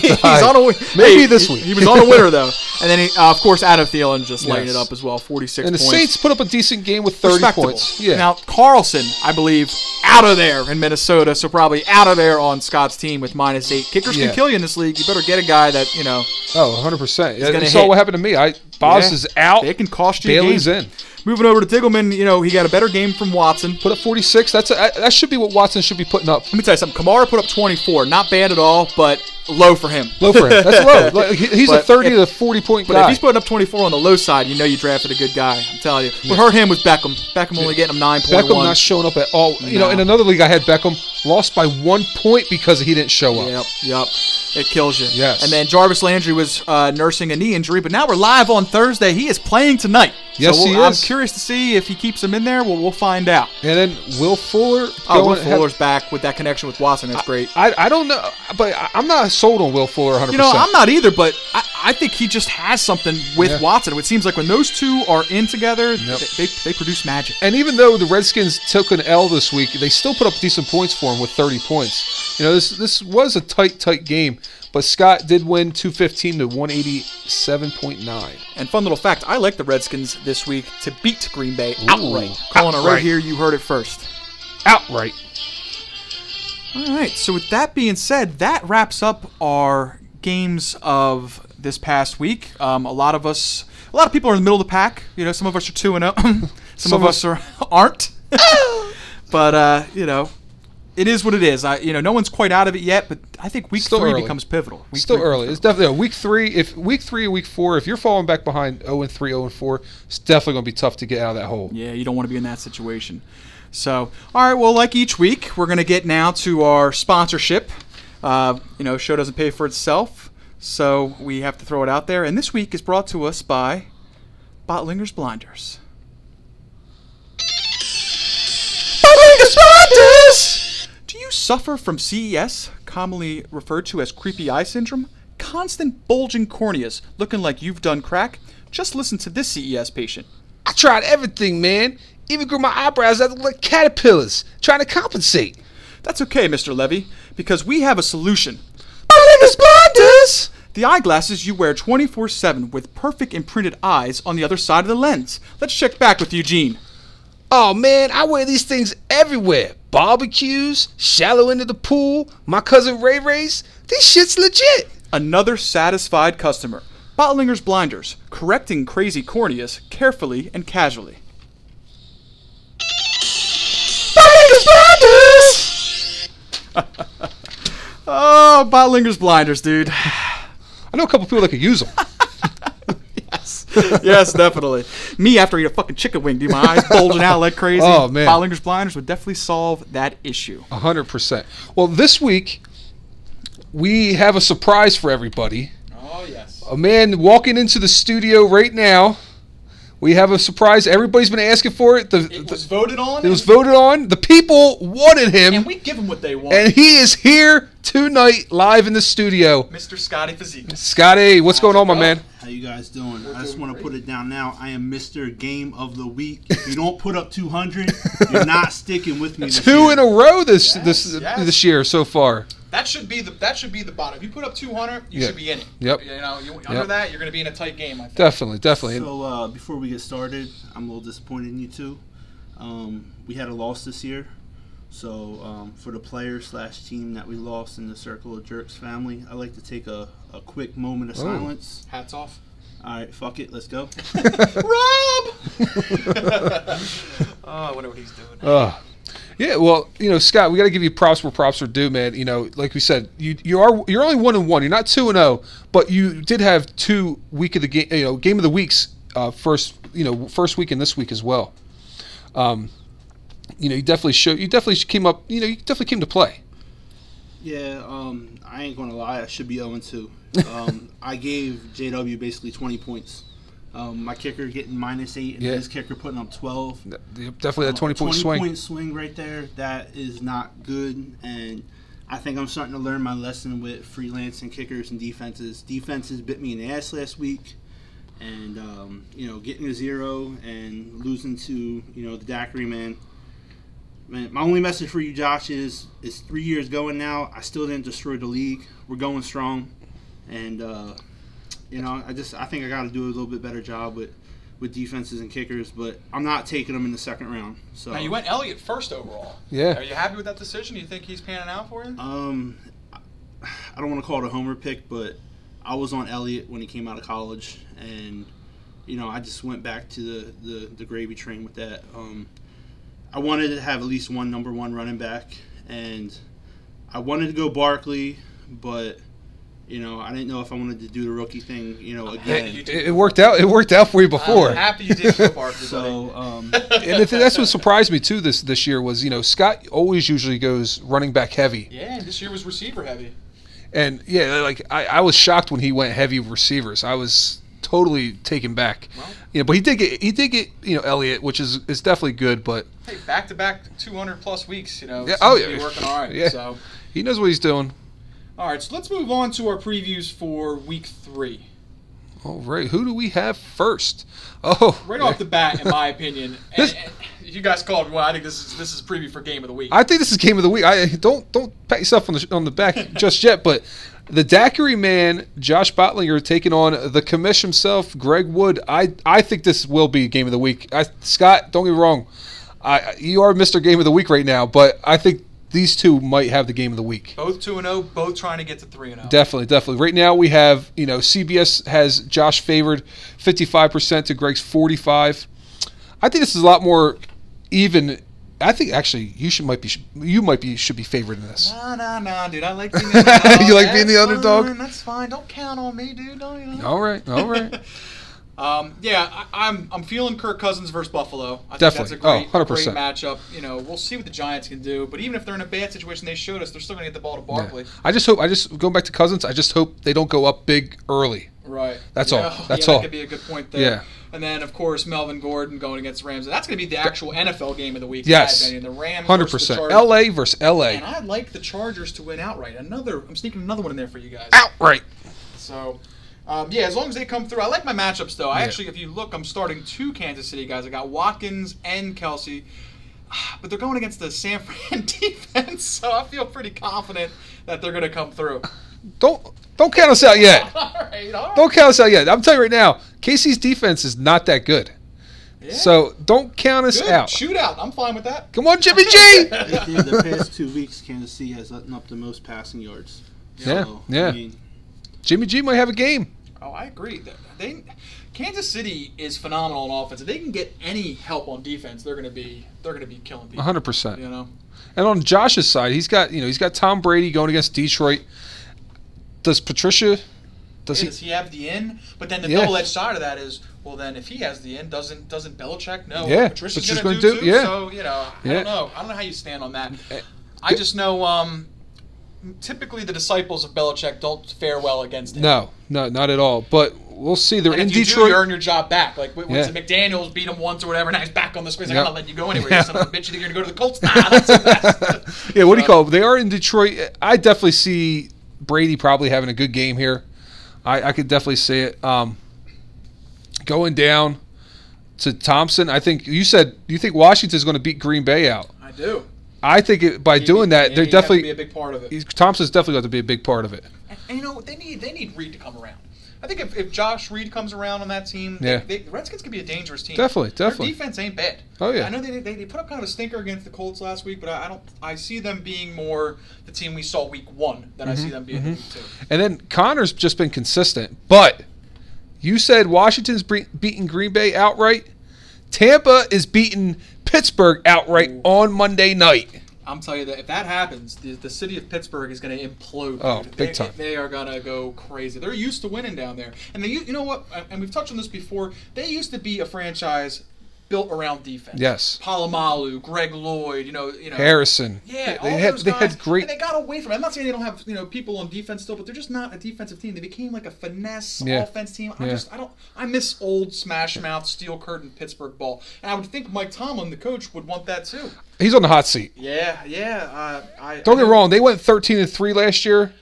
Speaker 1: he's
Speaker 2: die.
Speaker 1: on a wi-
Speaker 2: Maybe
Speaker 1: Hey,
Speaker 2: this
Speaker 1: he-
Speaker 2: week.
Speaker 1: He was on a winner though. And then, he, uh, of course, Adam Thielen just lighting
Speaker 2: Yes.
Speaker 1: it up as well, 46
Speaker 2: And the
Speaker 1: points.
Speaker 2: Saints put up a decent game with 30
Speaker 1: Respectable.
Speaker 2: points. Yeah.
Speaker 1: Now, Carlson, I believe, out of there in Minnesota, so probably out of there on Scott's team with minus eight. Kickers
Speaker 2: Yeah.
Speaker 1: can kill you in this league. You better get a guy that, you know,
Speaker 2: oh, 100%. Yeah,
Speaker 1: gonna
Speaker 2: You saw
Speaker 1: hit.
Speaker 2: what happened to me. I Bob's
Speaker 1: yeah,
Speaker 2: is out.
Speaker 1: They can cost you. a
Speaker 2: Bailey's
Speaker 1: game.
Speaker 2: in.
Speaker 1: Moving over to Diggleman, you know, he got a better game from Watson.
Speaker 2: Put up 46. That's a, that should be what Watson should be putting up.
Speaker 1: Let me tell you something. Kamara put up 24. Not bad at all, but low for him.
Speaker 2: Low for him. That's low. Like, he- He's a
Speaker 1: But
Speaker 2: 30
Speaker 1: if-
Speaker 2: to 40 point
Speaker 1: But
Speaker 2: guy.
Speaker 1: if he's putting up 24 on the low side, you know you drafted a good guy. I'm telling you. What hurt him was Beckham. Beckham only getting him 9.1.
Speaker 2: Beckham not showing up at all. You know,
Speaker 1: No.
Speaker 2: in another league I had Beckham lost by one point because he didn't show up.
Speaker 1: Yep, yep. It kills you.
Speaker 2: Yes.
Speaker 1: And then Jarvis Landry was uh, nursing a knee injury, but now we're live on Thursday. He is playing tonight.
Speaker 2: Yes,
Speaker 1: so we'll-
Speaker 2: he
Speaker 1: I'm
Speaker 2: is.
Speaker 1: curious to see if he keeps him in there. Well, we'll find out.
Speaker 2: And then Will Fuller.
Speaker 1: Oh, Will
Speaker 2: going- had-
Speaker 1: Fuller's back with that connection with Watson. That's great.
Speaker 2: I, I don't know, but I, I'm not sold on Will Fuller 100.
Speaker 1: You know, I'm not either, but I, I think he just has something with
Speaker 2: Yeah.
Speaker 1: Watson. It seems like when those two are in together,
Speaker 2: Yep.
Speaker 1: they, they, they produce magic.
Speaker 2: And even though the Redskins took an L this week, they still put up decent points for him with 30 points. You know, this this was a tight, tight game, but Scott did win 215 to 187.9.
Speaker 1: And fun little fact, I like the Redskins this week to beat Green Bay outright. Calling it right
Speaker 2: outright.
Speaker 1: here, you heard it first.
Speaker 2: Outright.
Speaker 1: All right. So with that being said, that wraps up our games of this past week. Um, a lot of us, a lot of people are in the middle of the pack. You know, some of us are two and zero. Some,
Speaker 2: Some
Speaker 1: of
Speaker 2: of-
Speaker 1: us are aren't. but uh, you know, it is what it is. I, you know, no one's quite out of it yet. But I think week
Speaker 2: Still
Speaker 1: three
Speaker 2: early.
Speaker 1: becomes pivotal. Week
Speaker 2: Still
Speaker 1: three becomes
Speaker 2: early. It's definitely week three. If week three, week four, if you're falling back behind 0 and 3, 0 and 4, it's definitely going to be tough to get out of that hole.
Speaker 1: Yeah, you don't want to be in that situation. So, all right, well, like each week, we're going to get now to our sponsorship. Uh, you know, show doesn't pay for itself, so we have to throw it out there. And this week is brought to us by Botlinger's Blinders. Botlinger's Blinders! Do you suffer from CES, commonly referred to as creepy eye syndrome? Constant bulging corneas, looking like you've done crack? Just listen to this CES patient.
Speaker 2: I tried everything, man. Even grew my eyebrows out like caterpillars, trying to compensate.
Speaker 1: That's okay, Mr. Levy, because we have a solution. My name is Blinders! The eyeglasses you wear 24 7 with perfect imprinted eyes on the other side of the lens. Let's check back with Eugene.
Speaker 2: Oh man, I wear these things everywhere. Barbecues, shallow end of the pool, my cousin Ray Ray's. This shit's legit.
Speaker 1: Another satisfied customer. Bottlinger's Blinders, correcting crazy corneas carefully and casually. Bottlinger's Blinders! oh, Bottlinger's Blinders, dude.
Speaker 2: I know a couple people that could use them.
Speaker 1: yes, yes, definitely. Me after I eat a fucking chicken wing, dude, my eyes bulging out like crazy.
Speaker 2: Oh, man.
Speaker 1: Bollinger's blinders would definitely solve that issue.
Speaker 2: A hundred percent. Well, this week we have a surprise for everybody.
Speaker 1: Oh yes.
Speaker 2: A man walking into the studio right now. We have a surprise. Everybody's been asking for it. The, the-
Speaker 1: voted on.
Speaker 2: it was voted on. The people wanted him, and,
Speaker 1: give them what they want.
Speaker 2: he is here tonight, live in the studio.
Speaker 1: Mr. Scotty Physique.
Speaker 2: Scotty, what's going on, my man?
Speaker 4: How you guys doing? I just want to put it down now. I am Mr. Game of the Week. If you don't put up 200, you're not sticking with me. This
Speaker 2: two
Speaker 4: year.
Speaker 2: in a row this this
Speaker 1: yes.
Speaker 2: this year so far.
Speaker 1: That should be the that should be the bottom. If you put up 200, you
Speaker 2: Yeah.
Speaker 1: should be in it.
Speaker 2: Yep.
Speaker 1: You know, you, under
Speaker 2: Yep.
Speaker 1: that, you're going to be in a tight game. I think.
Speaker 2: Definitely, definitely.
Speaker 4: So uh, before we get started, I'm a little disappointed in you two. Um, we had a loss this year, so um, for the player slash team that we lost in the Circle of Jerks family, I'd like to take a, a quick moment
Speaker 2: Oh.
Speaker 4: of silence.
Speaker 1: Hats off.
Speaker 4: All right, fuck it, let's go.
Speaker 1: Rob. oh, I wonder what he's doing.
Speaker 2: Ugh. yeah, well, you know, Scott, we got to give you props where props are due, man. You know, like we said, you you are you're only one and one. You're not two and zero, but you did have two week of the game, you know, game of the weeks uh, first, you know, first week and this week as well. Um, you know, you definitely show you definitely came up. You know, you definitely came to play.
Speaker 4: Yeah, um, I ain't gonna lie. I should be 0 2. Um, I gave JW basically 20 points. Um, my kicker getting minus eight, and
Speaker 2: Yeah.
Speaker 4: his kicker putting up 12.
Speaker 2: Definitely
Speaker 4: Oh,
Speaker 2: that twenty point
Speaker 4: 20
Speaker 2: swing.
Speaker 4: point swing right there. That is not good, and I think I'm starting to learn my lesson with freelancing kickers and defenses. Defenses bit me in the ass last week, and um, you know, getting a zero and losing to you know the Daiquiri man. Man, my only message for you, Josh, is it's three years going now. I still didn't destroy the league. We're going strong, and uh, You know, I just I think I got to do a little bit better job with with defenses and kickers, but I'm not taking them in the second round. So
Speaker 1: Now you went Elliott first overall.
Speaker 2: Yeah.
Speaker 1: Are you happy with that decision? You think he's panning out for you?
Speaker 4: Um, I don't want to call it a homer pick, but I was on Elliott when he came out of college, and you know I just went back to the the, the gravy train with that. Um, I wanted to have at least one number one running back, and I wanted to go Barkley, but you know I didn't know if I wanted to do the rookie thing, you know, again.
Speaker 1: you did
Speaker 2: It, it worked out. It worked out for you before.
Speaker 1: I'm happy you did go Barkley.
Speaker 4: So um,
Speaker 1: buddy.
Speaker 2: and the thing- that's what surprised me too this this year was you know Scott always usually goes running back heavy
Speaker 1: Yeah, this year was receiver heavy.
Speaker 2: and yeah like I, I was shocked when he went heavy receivers I was totally taken back
Speaker 1: Well.
Speaker 2: you know but he did get he did get you know Elliott which is is definitely good but
Speaker 1: Hey, back to back 200 plus weeks, you know.
Speaker 2: Yeah,
Speaker 1: seems
Speaker 2: oh,
Speaker 1: to be
Speaker 2: yeah.
Speaker 1: working all right.
Speaker 2: Yeah.
Speaker 1: So,
Speaker 2: he knows what he's doing
Speaker 1: all right, so let's move on to our previews for week three.
Speaker 2: all right who do we have first oh
Speaker 1: Right off the bat, in my opinion,
Speaker 2: This-
Speaker 1: and, and you guys called. Well, I think this is this is a preview for game of the week.
Speaker 2: I think this is game of the week. I don't don't pat yourself on the on the back just yet, but the Daiquiri Man, Josh Botlinger, taking on the commish himself, Greg Wood. I I think this will be game of the week. I, Scott, don't get me wrong, I you are Mister Game of the Week right now, but I think these two might have the game of the week.
Speaker 1: both two and zero, both trying to get to three and oh. zero.
Speaker 2: Definitely, definitely. Right now we have, you know, CBS has Josh favored 55% to Greg's 45. I think this is a lot more even. I think actually you should might be you might be should be favored in this.
Speaker 1: Nah, nah, nah, dude. I like being the underdog.
Speaker 2: You like being the
Speaker 1: That's
Speaker 2: underdog?
Speaker 1: fine, That's fine. Don't count on me, dude. Don't you know?
Speaker 2: All right, all right.
Speaker 1: Um, yeah, I, I'm I'm feeling Kirk Cousins versus Buffalo. I
Speaker 2: Definitely.
Speaker 1: think that's a great,
Speaker 2: Oh,
Speaker 1: a great
Speaker 2: 100%.
Speaker 1: matchup. You know, we'll see what the Giants can do. But even if they're in a bad situation, they showed us they're still going to get the ball to Barkley.
Speaker 2: I just hope I just going back to Cousins. I just hope they don't go up big early.
Speaker 1: Right.
Speaker 2: That's
Speaker 1: yeah.
Speaker 2: all. That's
Speaker 1: yeah,
Speaker 2: all.
Speaker 1: That could be a good point there.
Speaker 2: Yeah.
Speaker 1: And then of course Melvin Gordon going against Rams. And that's going to be the actual NFL game of the week. in my
Speaker 2: Yes.
Speaker 1: opinion. The Rams.
Speaker 2: Hundred
Speaker 1: versus the
Speaker 2: percent.
Speaker 1: Chargers.
Speaker 2: L.A. versus
Speaker 1: And
Speaker 2: L.A.
Speaker 1: I like the Chargers to win outright. Another. I'm sneaking another one in there for you guys.
Speaker 2: Outright.
Speaker 1: So, um, yeah, as long as they come through, I like my matchups though. I
Speaker 2: Yeah.
Speaker 1: actually, if you look, I'm starting two Kansas City guys. I got Watkins and Kelsey, but they're going against the San Fran defense, so I feel pretty confident that they're going to come through.
Speaker 2: Don't don't count us out yet.
Speaker 1: all right, all right.
Speaker 2: Don't count us out yet. I'm telling you right now, Casey's defense is not that good.
Speaker 1: Yeah.
Speaker 2: So don't count us
Speaker 1: Good.
Speaker 2: out.
Speaker 1: Shootout. I'm fine with that.
Speaker 2: Come on, Jimmy G.
Speaker 4: yeah, the past two weeks, Kansas City has letting up the most passing yards.
Speaker 2: Yeah,
Speaker 4: So,
Speaker 2: yeah.
Speaker 4: I mean,
Speaker 2: Jimmy G might have a game.
Speaker 1: Oh, I agree. They- They, Kansas City is phenomenal on offense. If they can get any help on defense, they're going to be they're going to be killing people.
Speaker 2: 100%.
Speaker 1: You know.
Speaker 2: And on Josh's side, he's got, you know, he's got Tom Brady going against Detroit. Does Patricia does
Speaker 1: Hey,
Speaker 2: he
Speaker 1: does he have the in? But then the
Speaker 2: Yeah.
Speaker 1: double-edged side of that is, well, then if he has the in, doesn't doesn't Belichick know?
Speaker 2: Yeah,
Speaker 1: Patricia's
Speaker 2: Patricia's
Speaker 1: going to do,
Speaker 2: gonna do-
Speaker 1: too.
Speaker 2: yeah.
Speaker 1: So you know, I
Speaker 2: Yeah. Eh,
Speaker 1: don't know. I don't know how you stand on that. I just know. Um, typically, the disciples of Belichick don't fare well against him.
Speaker 2: No, no, not at all. But we'll see. They're
Speaker 1: And
Speaker 2: in
Speaker 1: if you
Speaker 2: Detroit.
Speaker 1: do, you earn your job back. Like when
Speaker 2: Yeah.
Speaker 1: when McDaniel's beat him once or whatever, now he's back on the screen. He's
Speaker 2: Yeah.
Speaker 1: like, I'm not letting you go anywhere. You son of a bitch. You think you're going to go to the Colts? Nah, that's the best.
Speaker 2: yeah, what do you
Speaker 1: So-
Speaker 2: call? It? They are in Detroit. I definitely see Brady probably having a good game here. I, I could definitely see it. Um, going down to Thompson, I think you said you think Washington's going to beat Green Bay out.
Speaker 1: I do.
Speaker 2: I think it, by doing that,
Speaker 1: Yeah,
Speaker 2: they're
Speaker 1: he'd have to
Speaker 2: definitely
Speaker 1: be a big part of it.
Speaker 2: Thompson's definitely going to be a big part of it.
Speaker 1: And, and you know what? They need they need Reed to come around. I think if, if Josh Reed comes around on that team, they-
Speaker 2: Yeah.
Speaker 1: they, the Redskins could be a dangerous team.
Speaker 2: Definitely, definitely.
Speaker 1: Their defense ain't bad.
Speaker 2: Oh, yeah.
Speaker 1: I know they, they, they put up kind of a stinker against the Colts last week, but I, I don't. I see them being more the team we saw week one than I
Speaker 2: Mm-hmm.
Speaker 1: see them being week two.
Speaker 2: And then Connor's just been consistent. But you said Washington's bre- beating Green Bay outright. Tampa is beating Pittsburgh outright on Monday night.
Speaker 1: I'm telling you that if that happens, the, the city of Pittsburgh is going to implode.
Speaker 2: Oh,
Speaker 1: dude.
Speaker 2: big
Speaker 1: they,
Speaker 2: time.
Speaker 1: They are going to go crazy. They're used to winning down there, and they u- you know what? And we've touched on this before. They used to be a franchise built around defense.
Speaker 2: Yes.
Speaker 1: Palomalu, Greg Lloyd. You know, you know
Speaker 2: Harrison.
Speaker 1: Uh, Yeah,
Speaker 2: they
Speaker 1: all
Speaker 2: had
Speaker 1: those
Speaker 2: they
Speaker 1: guys,
Speaker 2: had great.
Speaker 1: And they got away from. It. I'm not saying they don't have you know people on defense still, but they're just not a defensive team. They became like a finesse
Speaker 2: Yeah.
Speaker 1: offense team. I
Speaker 2: Yeah.
Speaker 1: just I don't I miss old smash mouth steel curtain Pittsburgh ball, and I would think Mike Tomlin, the coach, would want that too.
Speaker 2: He's on the hot seat.
Speaker 1: Yeah, yeah. Uh, I
Speaker 2: Don't get
Speaker 1: I-
Speaker 2: me wrong. They went thirteen and three last year,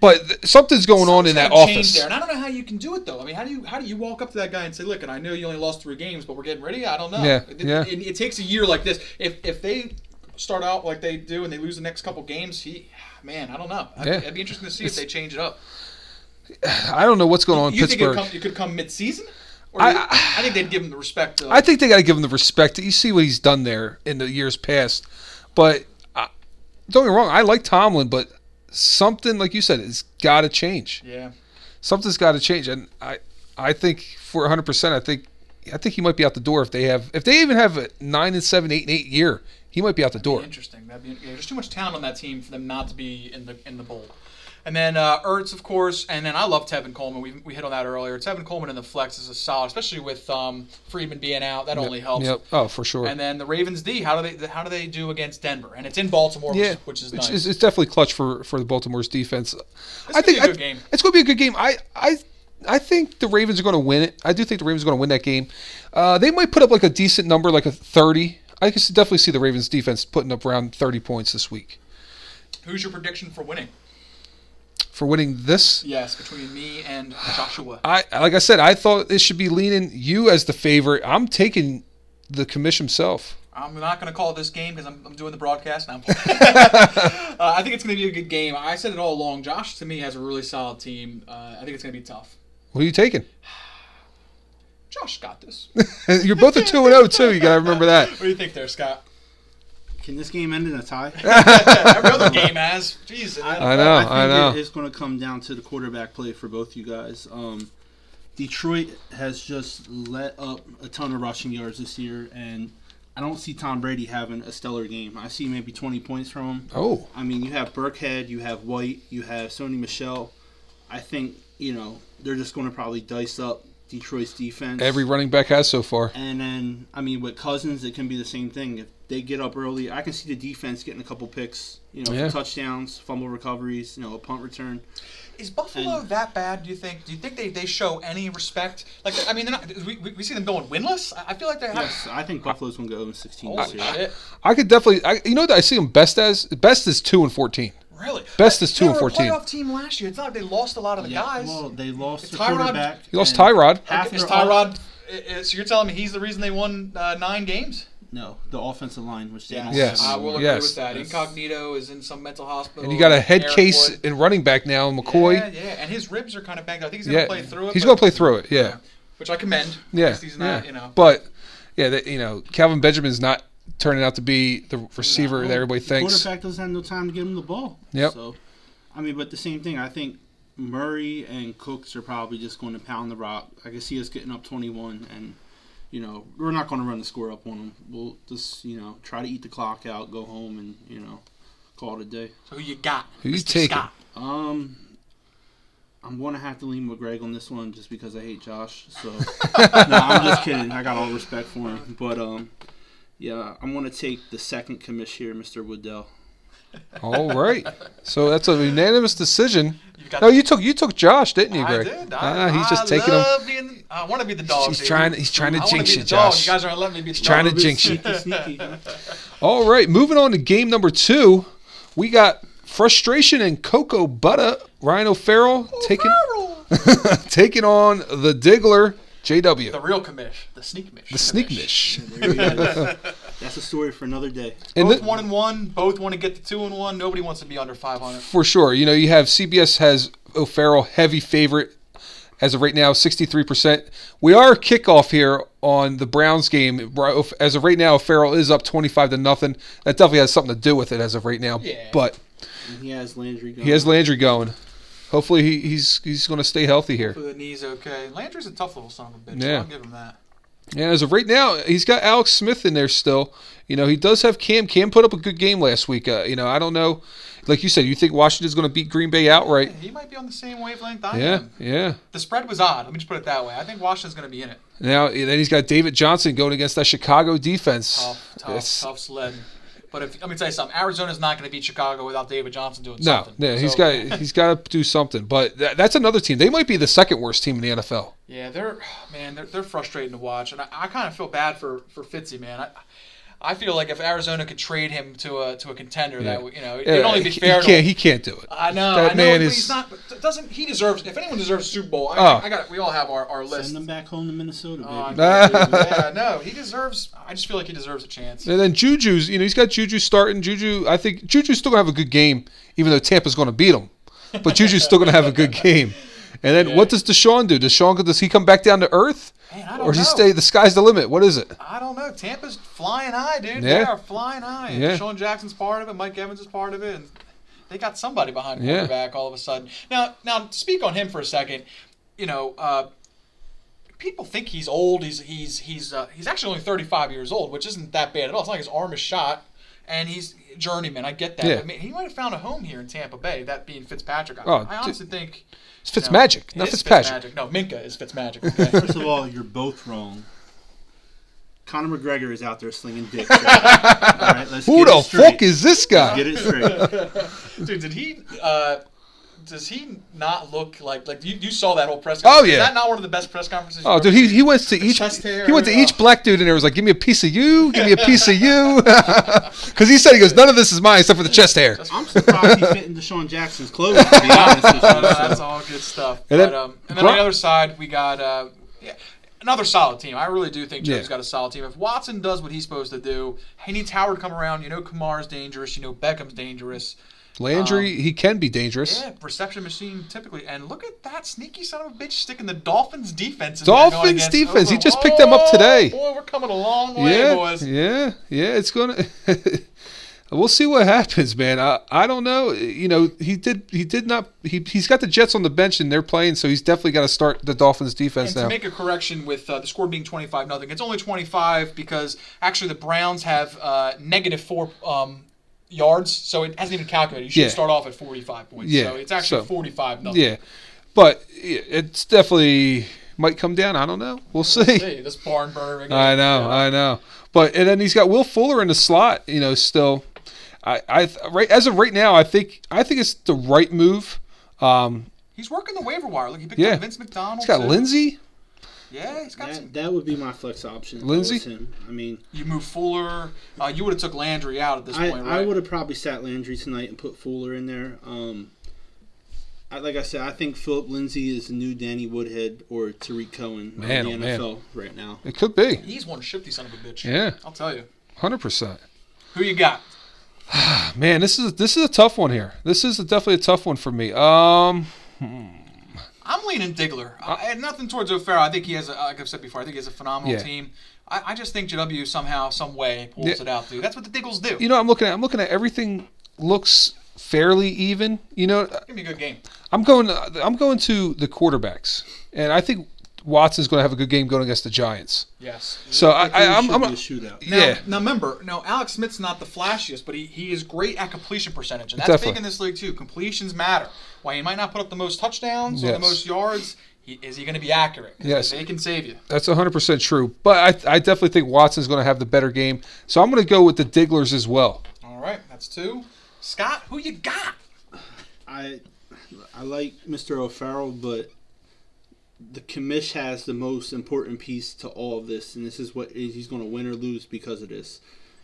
Speaker 2: but th- something's going on in
Speaker 1: Something's
Speaker 2: that
Speaker 1: gotta change
Speaker 2: office.
Speaker 1: there, and I don't know how you can do it though. I mean, how do you how do you walk up to that guy and say, "Look, and I know you only lost three games, but we're getting ready." I don't know.
Speaker 2: Yeah,
Speaker 1: it,
Speaker 2: yeah.
Speaker 1: It, it takes a year like this. If if they start out like they do and they lose the next couple games, he, man, I don't know. I'd,
Speaker 2: Yeah.
Speaker 1: it'd be interesting to see if they change it up.
Speaker 2: I don't know what's going on in
Speaker 1: you think
Speaker 2: Pittsburgh.
Speaker 1: it come, it could come mid-season? Or
Speaker 2: I-
Speaker 1: I, I think they'd give him the respect. To,
Speaker 2: I think they got to give him the respect. that You see what he's done there in the years past, but uh, don't get me wrong. I like Tomlin, but something like you said has got to change.
Speaker 1: yeah.
Speaker 2: Something's got to change, and I, I think for 100, percent I think, I think he might be out the door if they have, if they even have a nine and seven, eight and eight year, he might be out the door.
Speaker 1: Interesting. That'd be yeah, there's too much talent on that team for them not to be in the in the bowl. And then uh, Ertz, of course, and then I love Tevin Coleman. We, we hit on that earlier. Tevin Coleman in the flex is a solid, especially with um, Friedman being out. That only helps.
Speaker 2: Yep. Oh, for sure.
Speaker 1: And then the Ravens D. How do they how do they do against Denver? And it's in Baltimore,
Speaker 2: yeah,
Speaker 1: which, which is
Speaker 2: it's,
Speaker 1: nice.
Speaker 2: it's, it's definitely clutch for for the Baltimore's defense. I
Speaker 1: gonna be
Speaker 2: think
Speaker 1: a good
Speaker 2: I-
Speaker 1: game.
Speaker 2: it's going to be a good game. I I I think the Ravens are going to win it. I do think the Ravens are going to win that game. Uh, they might put up like a decent number, like a thirty. I can s- definitely see the Ravens defense putting up around thirty points this week
Speaker 1: Who's your prediction for winning?
Speaker 2: for winning this.
Speaker 1: Yes, between me and Joshua.
Speaker 2: I like I said, I thought this should be leaning you as the favorite. I'm taking the commission himself.
Speaker 1: I'm not going to call this game because I'm, I'm doing the broadcast now. uh, I think it's going to be a good game. I said it all along. Josh, to me, has a really solid team. Uh, I think it's going to be tough.
Speaker 2: Who are you taking?
Speaker 1: Josh got this.
Speaker 2: You're both a two and zero too. You got to remember that.
Speaker 1: What do you think there, Scott?
Speaker 4: Can this game end in a tie?
Speaker 1: Every other game has. Jeez.
Speaker 2: I know.
Speaker 4: I think
Speaker 2: I, know.
Speaker 4: It, it's going to come down to the quarterback play for both you guys. Um, Detroit has just let up a ton of rushing yards this year, and I don't see Tom Brady having a stellar game. I see maybe 20 points from him.
Speaker 2: oh,
Speaker 4: I mean, you have Burkhead, you have White, you have Sony Michelle. I think, you know, they're just going to probably dice up Detroit's defense.
Speaker 2: every running back has so far.
Speaker 4: And then, I mean, with Cousins, it can be the same thing. If they get up early, I can see the defense getting a couple picks, you know, for
Speaker 2: Yeah.
Speaker 4: touchdowns, fumble recoveries, you know, a punt return.
Speaker 1: Is Buffalo
Speaker 4: And-
Speaker 1: that bad? Do you think? Do you think they, they show any respect? Like, I mean, they're not. We, we we see them going winless. I I feel like they have.
Speaker 4: Yes, I think Buffalo's going to go 0 16 this
Speaker 1: Holy
Speaker 4: year.
Speaker 1: shit!
Speaker 2: I could definitely. I, you know what I see them best as best is two and fourteen.
Speaker 1: Really?
Speaker 2: Best is two
Speaker 1: they
Speaker 2: and
Speaker 1: were a
Speaker 2: 14.
Speaker 1: playoff team last year. It's not like they lost a lot of the
Speaker 4: Yeah,
Speaker 1: guys.
Speaker 4: Well, they lost the
Speaker 1: Tyrod-
Speaker 4: quarterback.
Speaker 2: You lost
Speaker 4: and
Speaker 2: Tyrod.
Speaker 4: Half
Speaker 1: Is
Speaker 4: their off-
Speaker 1: Tyrod? i- i- So you're telling me he's the reason they won uh, nine games?
Speaker 4: No, the offensive line, which they don't
Speaker 2: Yes.
Speaker 1: I
Speaker 4: have.
Speaker 1: will agree
Speaker 2: Yes.
Speaker 1: with that. Incognito is in some mental hospital.
Speaker 2: And you got a head
Speaker 1: Eric
Speaker 2: case
Speaker 1: Wood.
Speaker 2: in running back now, McCoy.
Speaker 1: Yeah, yeah, and his ribs are kind of banged. up. I think he's gonna
Speaker 2: Yeah,
Speaker 1: play through it.
Speaker 2: he's
Speaker 1: but-
Speaker 2: going to play through it. Yeah,
Speaker 1: which I commend.
Speaker 2: yeah.
Speaker 1: because he's not,
Speaker 2: yeah.
Speaker 1: you know.
Speaker 2: But yeah, that, you know, Calvin Benjamin's not turning out to be the receiver that everybody
Speaker 4: the
Speaker 2: thinks.
Speaker 4: Quarterback doesn't have no time to get him the ball.
Speaker 2: Yep.
Speaker 4: So, I mean, but the same thing. I think Murray and Cooks are probably just going to pound the rock. I can see us getting up 21, and you know we're not going to run the score up on them. We'll just you know try to eat the clock out, go home, and you know call it a day.
Speaker 1: So who you got?
Speaker 2: Who you
Speaker 1: Mr.
Speaker 2: taking?
Speaker 1: Scott.
Speaker 4: Um. I'm gonna have to lean with Greg on this one just because I hate Josh. So no, I'm just kidding. I got all respect for him, but um, yeah, I'm gonna take the second commish here, Mr. Woodell.
Speaker 2: All right. So that's a unanimous decision.
Speaker 1: You've got
Speaker 2: No, you took you took Josh, didn't you,
Speaker 1: I
Speaker 2: Greg?
Speaker 1: did. I,
Speaker 2: Ah, he's just
Speaker 1: I
Speaker 2: taking him.
Speaker 1: love Being the, I want to be the dog.
Speaker 2: He's
Speaker 1: dude.
Speaker 2: trying. He's trying
Speaker 1: I
Speaker 2: to
Speaker 1: wanna
Speaker 2: jinx
Speaker 1: be
Speaker 2: you,
Speaker 1: the dog.
Speaker 2: Josh.
Speaker 1: You guys aren't letting me be the
Speaker 2: trying
Speaker 1: dog.
Speaker 2: to
Speaker 4: Little bit
Speaker 2: jinx you.
Speaker 4: sneaky, sneaky, huh?
Speaker 2: All right, moving on to game number two. We got frustration and cocoa butter. Ryan O'Farrell taking taking on the Diggler
Speaker 1: the
Speaker 2: JW,
Speaker 1: real commish, the sneak mish.
Speaker 2: the Sneak Mish.
Speaker 4: There it is. That's a story for another day.
Speaker 2: And
Speaker 1: both
Speaker 2: thi-
Speaker 1: one and one. Both want to get to two and one. Nobody wants to be under five hundred.
Speaker 2: for sure, you know you have CBS has O'Farrell heavy favorite as of right now, sixty three percent. We are kickoff here on the Browns game. As of right now, O'Farrell is up twenty five to nothing. That definitely has something to do with it as of right now.
Speaker 1: Yeah.
Speaker 2: But
Speaker 4: And he has Landry going.
Speaker 2: he has Landry going. Hopefully, he, he's he's going to stay healthy here.
Speaker 1: The knees okay. Landry's a tough little son of a bitch.
Speaker 2: Yeah.
Speaker 1: I'll give him that.
Speaker 2: And as of right now, he's got Alex Smith in there still. You know, he does have Cam. Cam put up a good game last week. Uh, you know, I don't know. Like you said, you think Washington's going to beat Green Bay outright?
Speaker 1: He might be on the same wavelength I
Speaker 2: Yeah,
Speaker 1: am.
Speaker 2: yeah.
Speaker 1: The spread was odd. Let me just put it that way. I think Washington's going to be in it.
Speaker 2: Now and then he's got David Johnson going against that Chicago defense.
Speaker 1: Tough, tough,
Speaker 2: It's-
Speaker 1: tough sled. But if, let me tell you something. Arizona's not going to beat Chicago without David Johnson doing
Speaker 2: No,
Speaker 1: something.
Speaker 2: yeah, he's
Speaker 1: So-
Speaker 2: got he's got to do something. But tha- that's another team. They might be the second worst team in the NFL.
Speaker 1: Yeah, they're man, they're, they're frustrating to watch, and I, I kind of feel bad for for Fitzy, man. I I feel like if Arizona could trade him to a to a contender, that would, you know, it'd only
Speaker 2: he,
Speaker 1: be
Speaker 2: he
Speaker 1: fair.
Speaker 2: can't.
Speaker 1: to,
Speaker 2: He can't do it.
Speaker 1: I know,
Speaker 2: That
Speaker 1: I know,
Speaker 2: man
Speaker 1: but
Speaker 2: is.
Speaker 1: he's not. but Doesn't he deserves? If anyone deserves a Super Bowl, I,
Speaker 2: Oh.
Speaker 1: I got. We all have our our
Speaker 4: Send
Speaker 1: list.
Speaker 4: them back home to Minnesota, baby.
Speaker 1: Oh, I-
Speaker 2: Ah.
Speaker 1: yeah, no, he deserves. I just feel like he deserves a chance.
Speaker 2: And then Juju's, you know, he's got Juju starting. Juju, I think Juju's still gonna have a good game, even though Tampa's gonna beat him. But Juju's still gonna have a good game. And then what does Deshaun do? Deshaun does he come back down to earth,
Speaker 1: Man, I don't
Speaker 2: or does he
Speaker 1: know.
Speaker 2: stay? The sky's the limit. What is it?
Speaker 1: I don't know. Tampa's flying high, dude. They
Speaker 2: Yeah.
Speaker 1: are flying high.
Speaker 2: Yeah.
Speaker 1: Sean Jackson's part of it. Mike Evans is part of it. And they got somebody behind
Speaker 2: Yeah.
Speaker 1: quarterback all of a sudden. Now, now to speak on him for a second. You know, uh, people think he's old. He's he's he's uh, he's actually only 35 years old, which isn't that bad at all. It's not like his arm is shot. And he's journeyman. I get that.
Speaker 2: Yeah.
Speaker 1: But man, he might have found a home here in Tampa Bay. That being Fitzpatrick. I,
Speaker 2: Oh,
Speaker 1: I
Speaker 2: d-
Speaker 1: honestly think
Speaker 2: It's
Speaker 1: you know,
Speaker 2: Fitzmagic, not
Speaker 1: it is
Speaker 2: Fitzpatrick.
Speaker 1: No, Minka is Fitzmagic. Okay?
Speaker 4: First of all, you're both wrong. Conor McGregor is out there slinging dick.
Speaker 2: Who the fuck is this guy?
Speaker 4: Get it straight.
Speaker 1: Dude, did he? Uh, does he not look like like you, you saw that whole press?
Speaker 2: Oh,
Speaker 1: conference.
Speaker 2: yeah.
Speaker 1: is that not one of the best press conferences?
Speaker 2: Oh,
Speaker 1: you've
Speaker 2: dude,
Speaker 1: ever
Speaker 2: he,
Speaker 1: seen?
Speaker 2: he went to each
Speaker 1: chest hair,
Speaker 2: he went to
Speaker 1: oh.
Speaker 2: each black dude and there was like, give me a piece of you, give me a piece of you, because he said he goes, none of this is mine except for the chest hair.
Speaker 4: I'm surprised he fit into Sean Jackson's clothes. To be honest with you.
Speaker 1: No, no, that's all good stuff. And
Speaker 2: And
Speaker 1: then,
Speaker 2: then-
Speaker 1: but, um, and then on
Speaker 2: Gron-
Speaker 1: the other side, we got uh, yeah, another solid team. I really do think Joe's
Speaker 2: Yeah.
Speaker 1: got a solid team. If Watson does what he's supposed to do, he needs Howard to come around. You know, Kamara's dangerous. You know, Beckham's dangerous.
Speaker 2: Landry, he can be dangerous.
Speaker 1: Yeah, reception machine typically. And look at that sneaky son of a bitch sticking the Dolphins defense. in there going
Speaker 2: Dolphins
Speaker 1: against
Speaker 2: defense. He
Speaker 1: Oklahoma.
Speaker 2: just picked them up today.
Speaker 1: Boy, we're coming a long way,
Speaker 2: Yeah,
Speaker 1: boys.
Speaker 2: yeah, yeah, It's gonna. we'll see what happens, man. I, I don't know. You know, he did he did not he he's got the Jets on the bench and they're playing, so he's definitely got to start the Dolphins defense
Speaker 1: And
Speaker 2: now.
Speaker 1: to make a correction with uh, the score being 25 nothing, it's only 25 because actually the Browns have uh, negative four um, yards, so it hasn't even calculated. You should
Speaker 2: Yeah.
Speaker 1: start off at 45 points.
Speaker 2: Yeah,
Speaker 1: So it's actually
Speaker 2: so-
Speaker 1: 45 nothing.
Speaker 2: yeah, but it- it's definitely might come down. I don't know. We'll see.
Speaker 1: Hey, this barn burner. again.
Speaker 2: I know,
Speaker 1: Yeah.
Speaker 2: I know. But and then he's got Will Fuller in the slot, you know, still. I, I right as of right now, I think I think it's the right move. Um,
Speaker 1: He's working the waiver wire. Look, he picked
Speaker 2: Yeah.
Speaker 1: up Vince McDonald.
Speaker 2: he's got
Speaker 1: too.
Speaker 2: Lindsey.
Speaker 1: Yeah, he's got some.
Speaker 4: That, that would be my flex option. if I
Speaker 2: Lindsey?
Speaker 4: was him. I mean,
Speaker 1: You move Fuller. Uh, you would have took Landry out at this
Speaker 4: I,
Speaker 1: point,
Speaker 4: I
Speaker 1: right?
Speaker 4: would have probably sat Landry tonight and put Fuller in there. Um, I, like I said, I think Philip Lindsay is the new Danny Woodhead or Tariq Cohen
Speaker 2: Man, oh,
Speaker 4: of the
Speaker 2: man.
Speaker 4: NFL right now.
Speaker 2: It could be,
Speaker 1: He's one shifty son of a bitch.
Speaker 2: Yeah.
Speaker 1: I'll tell you.
Speaker 2: hundred percent.
Speaker 1: Who you got?
Speaker 2: Man, this is this is a tough one here. This is a, definitely a tough one for me. Um,
Speaker 1: I'm leaning Diggler.
Speaker 2: Uh,
Speaker 1: I, I had nothing towards O'Farrell. I think he has, a, uh, like I've said before, I think he has a phenomenal
Speaker 2: Yeah.
Speaker 1: team. I, I just think JW somehow, some way pulls
Speaker 2: Yeah.
Speaker 1: it out, dude. That's what the Diggles do.
Speaker 2: you know, I'm looking at I'm looking at everything looks fairly even. You know,
Speaker 1: Give me a good game.
Speaker 2: I'm going I'm going to the quarterbacks, and I think Watson's going to have a good game going against the Giants.
Speaker 1: Yes.
Speaker 2: So I, I, I'm,
Speaker 4: Should
Speaker 2: I'm
Speaker 4: be a shootout.
Speaker 1: Now,
Speaker 2: yeah.
Speaker 1: now remember, no, Alex Smith's not the flashiest, but he, he is great at completion percentage. And that's
Speaker 2: Definitely.
Speaker 1: big in this league, too. Completions matter. While he might not put up the most touchdowns or
Speaker 2: Yes.
Speaker 1: the most yards, he, is he going to be accurate?
Speaker 2: Yes.
Speaker 1: They can save you.
Speaker 2: That's 100% true. But I, I definitely think Watson's going to have the better game. So I'm going to go with the Digglers as well.
Speaker 1: All right, that's two. Scott, who you got?
Speaker 4: I I like Mr. O'Farrell, but the commish has the most important piece to all of this, and this is what is he's going to win or lose because of this,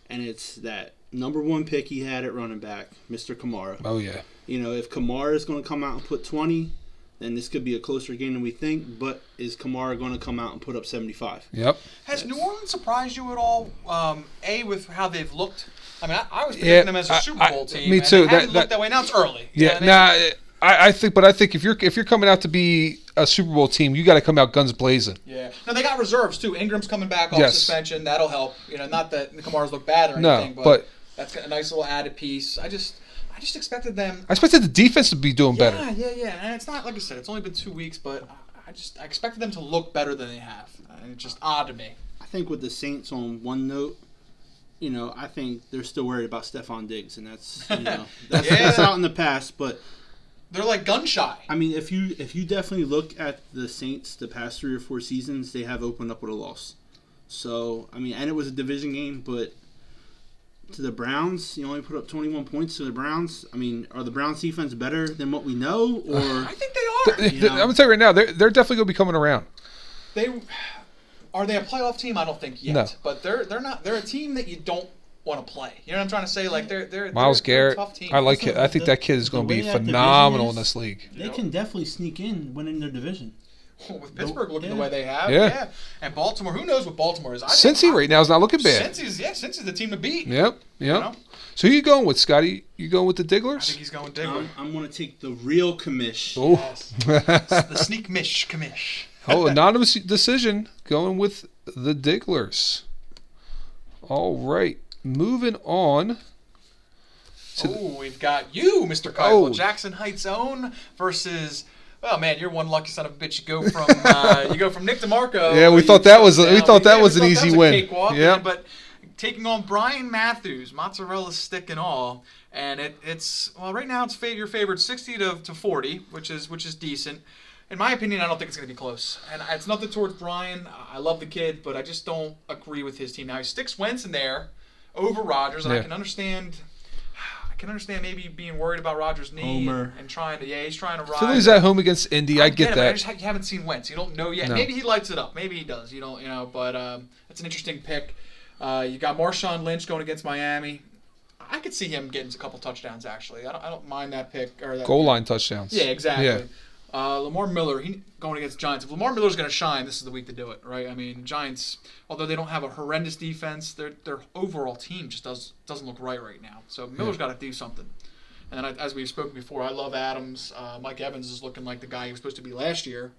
Speaker 4: and it's that number one pick he had at running back, Mr. Kamara.
Speaker 2: Oh, yeah.
Speaker 4: You know, if Kamara is going to come out and put 20, then this could be a closer game than we think. But is Kamara going to come out and put up 75?
Speaker 2: Yep.
Speaker 1: Has New Orleans surprised you at all? Um, a with how they've looked. I mean, I, I was predicting
Speaker 2: Yeah,
Speaker 1: them as
Speaker 2: I-
Speaker 1: a Super Bowl
Speaker 2: I-
Speaker 1: team.
Speaker 2: me
Speaker 1: and
Speaker 2: too.
Speaker 1: They
Speaker 2: That-
Speaker 1: haven't
Speaker 2: that-
Speaker 1: looked that way. Now it's early. You know
Speaker 2: Yeah.
Speaker 1: what I mean?
Speaker 2: nah, I, I think, but I think if you're if you're coming out to be a Super Bowl team, you got to come out guns blazing.
Speaker 1: Yeah. No, they got reserves too. Ingram's coming back off
Speaker 2: Yes.
Speaker 1: suspension. That'll help. You know, not that Kamara's look bad or
Speaker 2: No,
Speaker 1: anything, but,
Speaker 2: but-
Speaker 1: that's a nice little added piece. I just, I just expected them.
Speaker 2: I expected the defense to be doing
Speaker 1: Yeah,
Speaker 2: better.
Speaker 1: yeah, yeah. And it's not like I said. It's only been two weeks, but I- I just I expected them to look better than they have. And it's just odd to me.
Speaker 4: I think with the Saints on one note, you know, I think they're still worried about Stephon Diggs, and that's you know that's,
Speaker 1: Yeah.
Speaker 4: that's out in the past. But
Speaker 1: They're like gun shy.
Speaker 4: I mean, if you if you definitely look at the Saints the past three or four seasons, they have opened up with a loss. So I mean, and it was a division game, but to the Browns, you only put up 21 points to the Browns. I mean, are the Browns defense better than what we know, or
Speaker 1: I think they are.
Speaker 2: I'm going to tell you right now, they're, they're definitely going to be coming around.
Speaker 1: They are they a playoff team? I don't think yet.
Speaker 2: No.
Speaker 1: But they're they're not. They're a team that you don't want to play. You know what I'm trying to say? Like they're they're
Speaker 2: Miles
Speaker 1: they're, they're a
Speaker 2: Garrett,
Speaker 1: tough team.
Speaker 2: I like it. I think that kid is going to be phenomenal in this league.
Speaker 4: They can definitely sneak in, winning their division.
Speaker 1: With Pittsburgh looking the way they have,
Speaker 2: Yeah.
Speaker 1: yeah. And Baltimore, who knows what Baltimore is? I think-
Speaker 2: Cincy right now is not looking bad.
Speaker 1: Cincy's, yeah, Cincy's the team to beat.
Speaker 2: Yep, yep.
Speaker 1: You know?
Speaker 2: So who you going with Scotty? You going with the
Speaker 1: I think
Speaker 2: Digglers?
Speaker 1: he's going Diggle.
Speaker 4: I'm, I'm gonna take the real commish.
Speaker 2: Oh,
Speaker 1: the sneak mish commish.
Speaker 2: oh, anonymous decision going with the Digglers. All right, moving on.
Speaker 1: Oh, we've got you, Mr. Kyle,
Speaker 2: Oh.
Speaker 1: Jackson Heights own versus. Oh man, you're one lucky son of a bitch. You go from uh, you go from Nick DeMarco.
Speaker 2: Yeah, we
Speaker 1: who
Speaker 2: thought
Speaker 1: you
Speaker 2: that
Speaker 1: took
Speaker 2: was- we
Speaker 1: down.
Speaker 2: thought that was
Speaker 1: we
Speaker 2: an
Speaker 1: thought
Speaker 2: easy
Speaker 1: was a
Speaker 2: win.
Speaker 1: cakewalk,
Speaker 2: Yeah.
Speaker 1: man, but taking on Brian Matthews, mozzarella stick and all, and it, it's well right now it's fav- you're favored sixty to, to forty, which is which is decent. In my opinion, I don't think it's going to be close. And it's nothing towards Brian. I- I love the kid, but I just don't agree with his team. Now he sticks Wentz in there over Rodgers, and
Speaker 2: Yeah.
Speaker 1: I can understand. I can understand maybe being worried about Rogers' knee
Speaker 4: Homer.
Speaker 1: and, and trying to. Yeah, he's trying to ride.
Speaker 2: Philly's at home against Indy. I, get
Speaker 1: it, but I
Speaker 2: that.
Speaker 1: just ha- you haven't seen Wentz. You don't know yet.
Speaker 2: No.
Speaker 1: Maybe he lights it up. Maybe he does. You don't. You know. But um, that's an interesting pick. Uh, you got Marshawn Lynch going against Miami. I could see him getting a couple touchdowns. Actually, I don't, I don't mind that pick or that
Speaker 2: Goal line touchdowns.
Speaker 1: yeah, exactly.
Speaker 2: Yeah.
Speaker 1: Uh, Lamar Miller, he going against Giants. If Lamar Miller's going to shine, this is the week to do it, right? I mean, Giants, although they don't have a horrendous defense, their their overall team just does doesn't look right right now. So Miller's got to do something. And I, as we've spoken before, I love Adams. Uh, Mike Evans is looking like the guy he was supposed to be last year.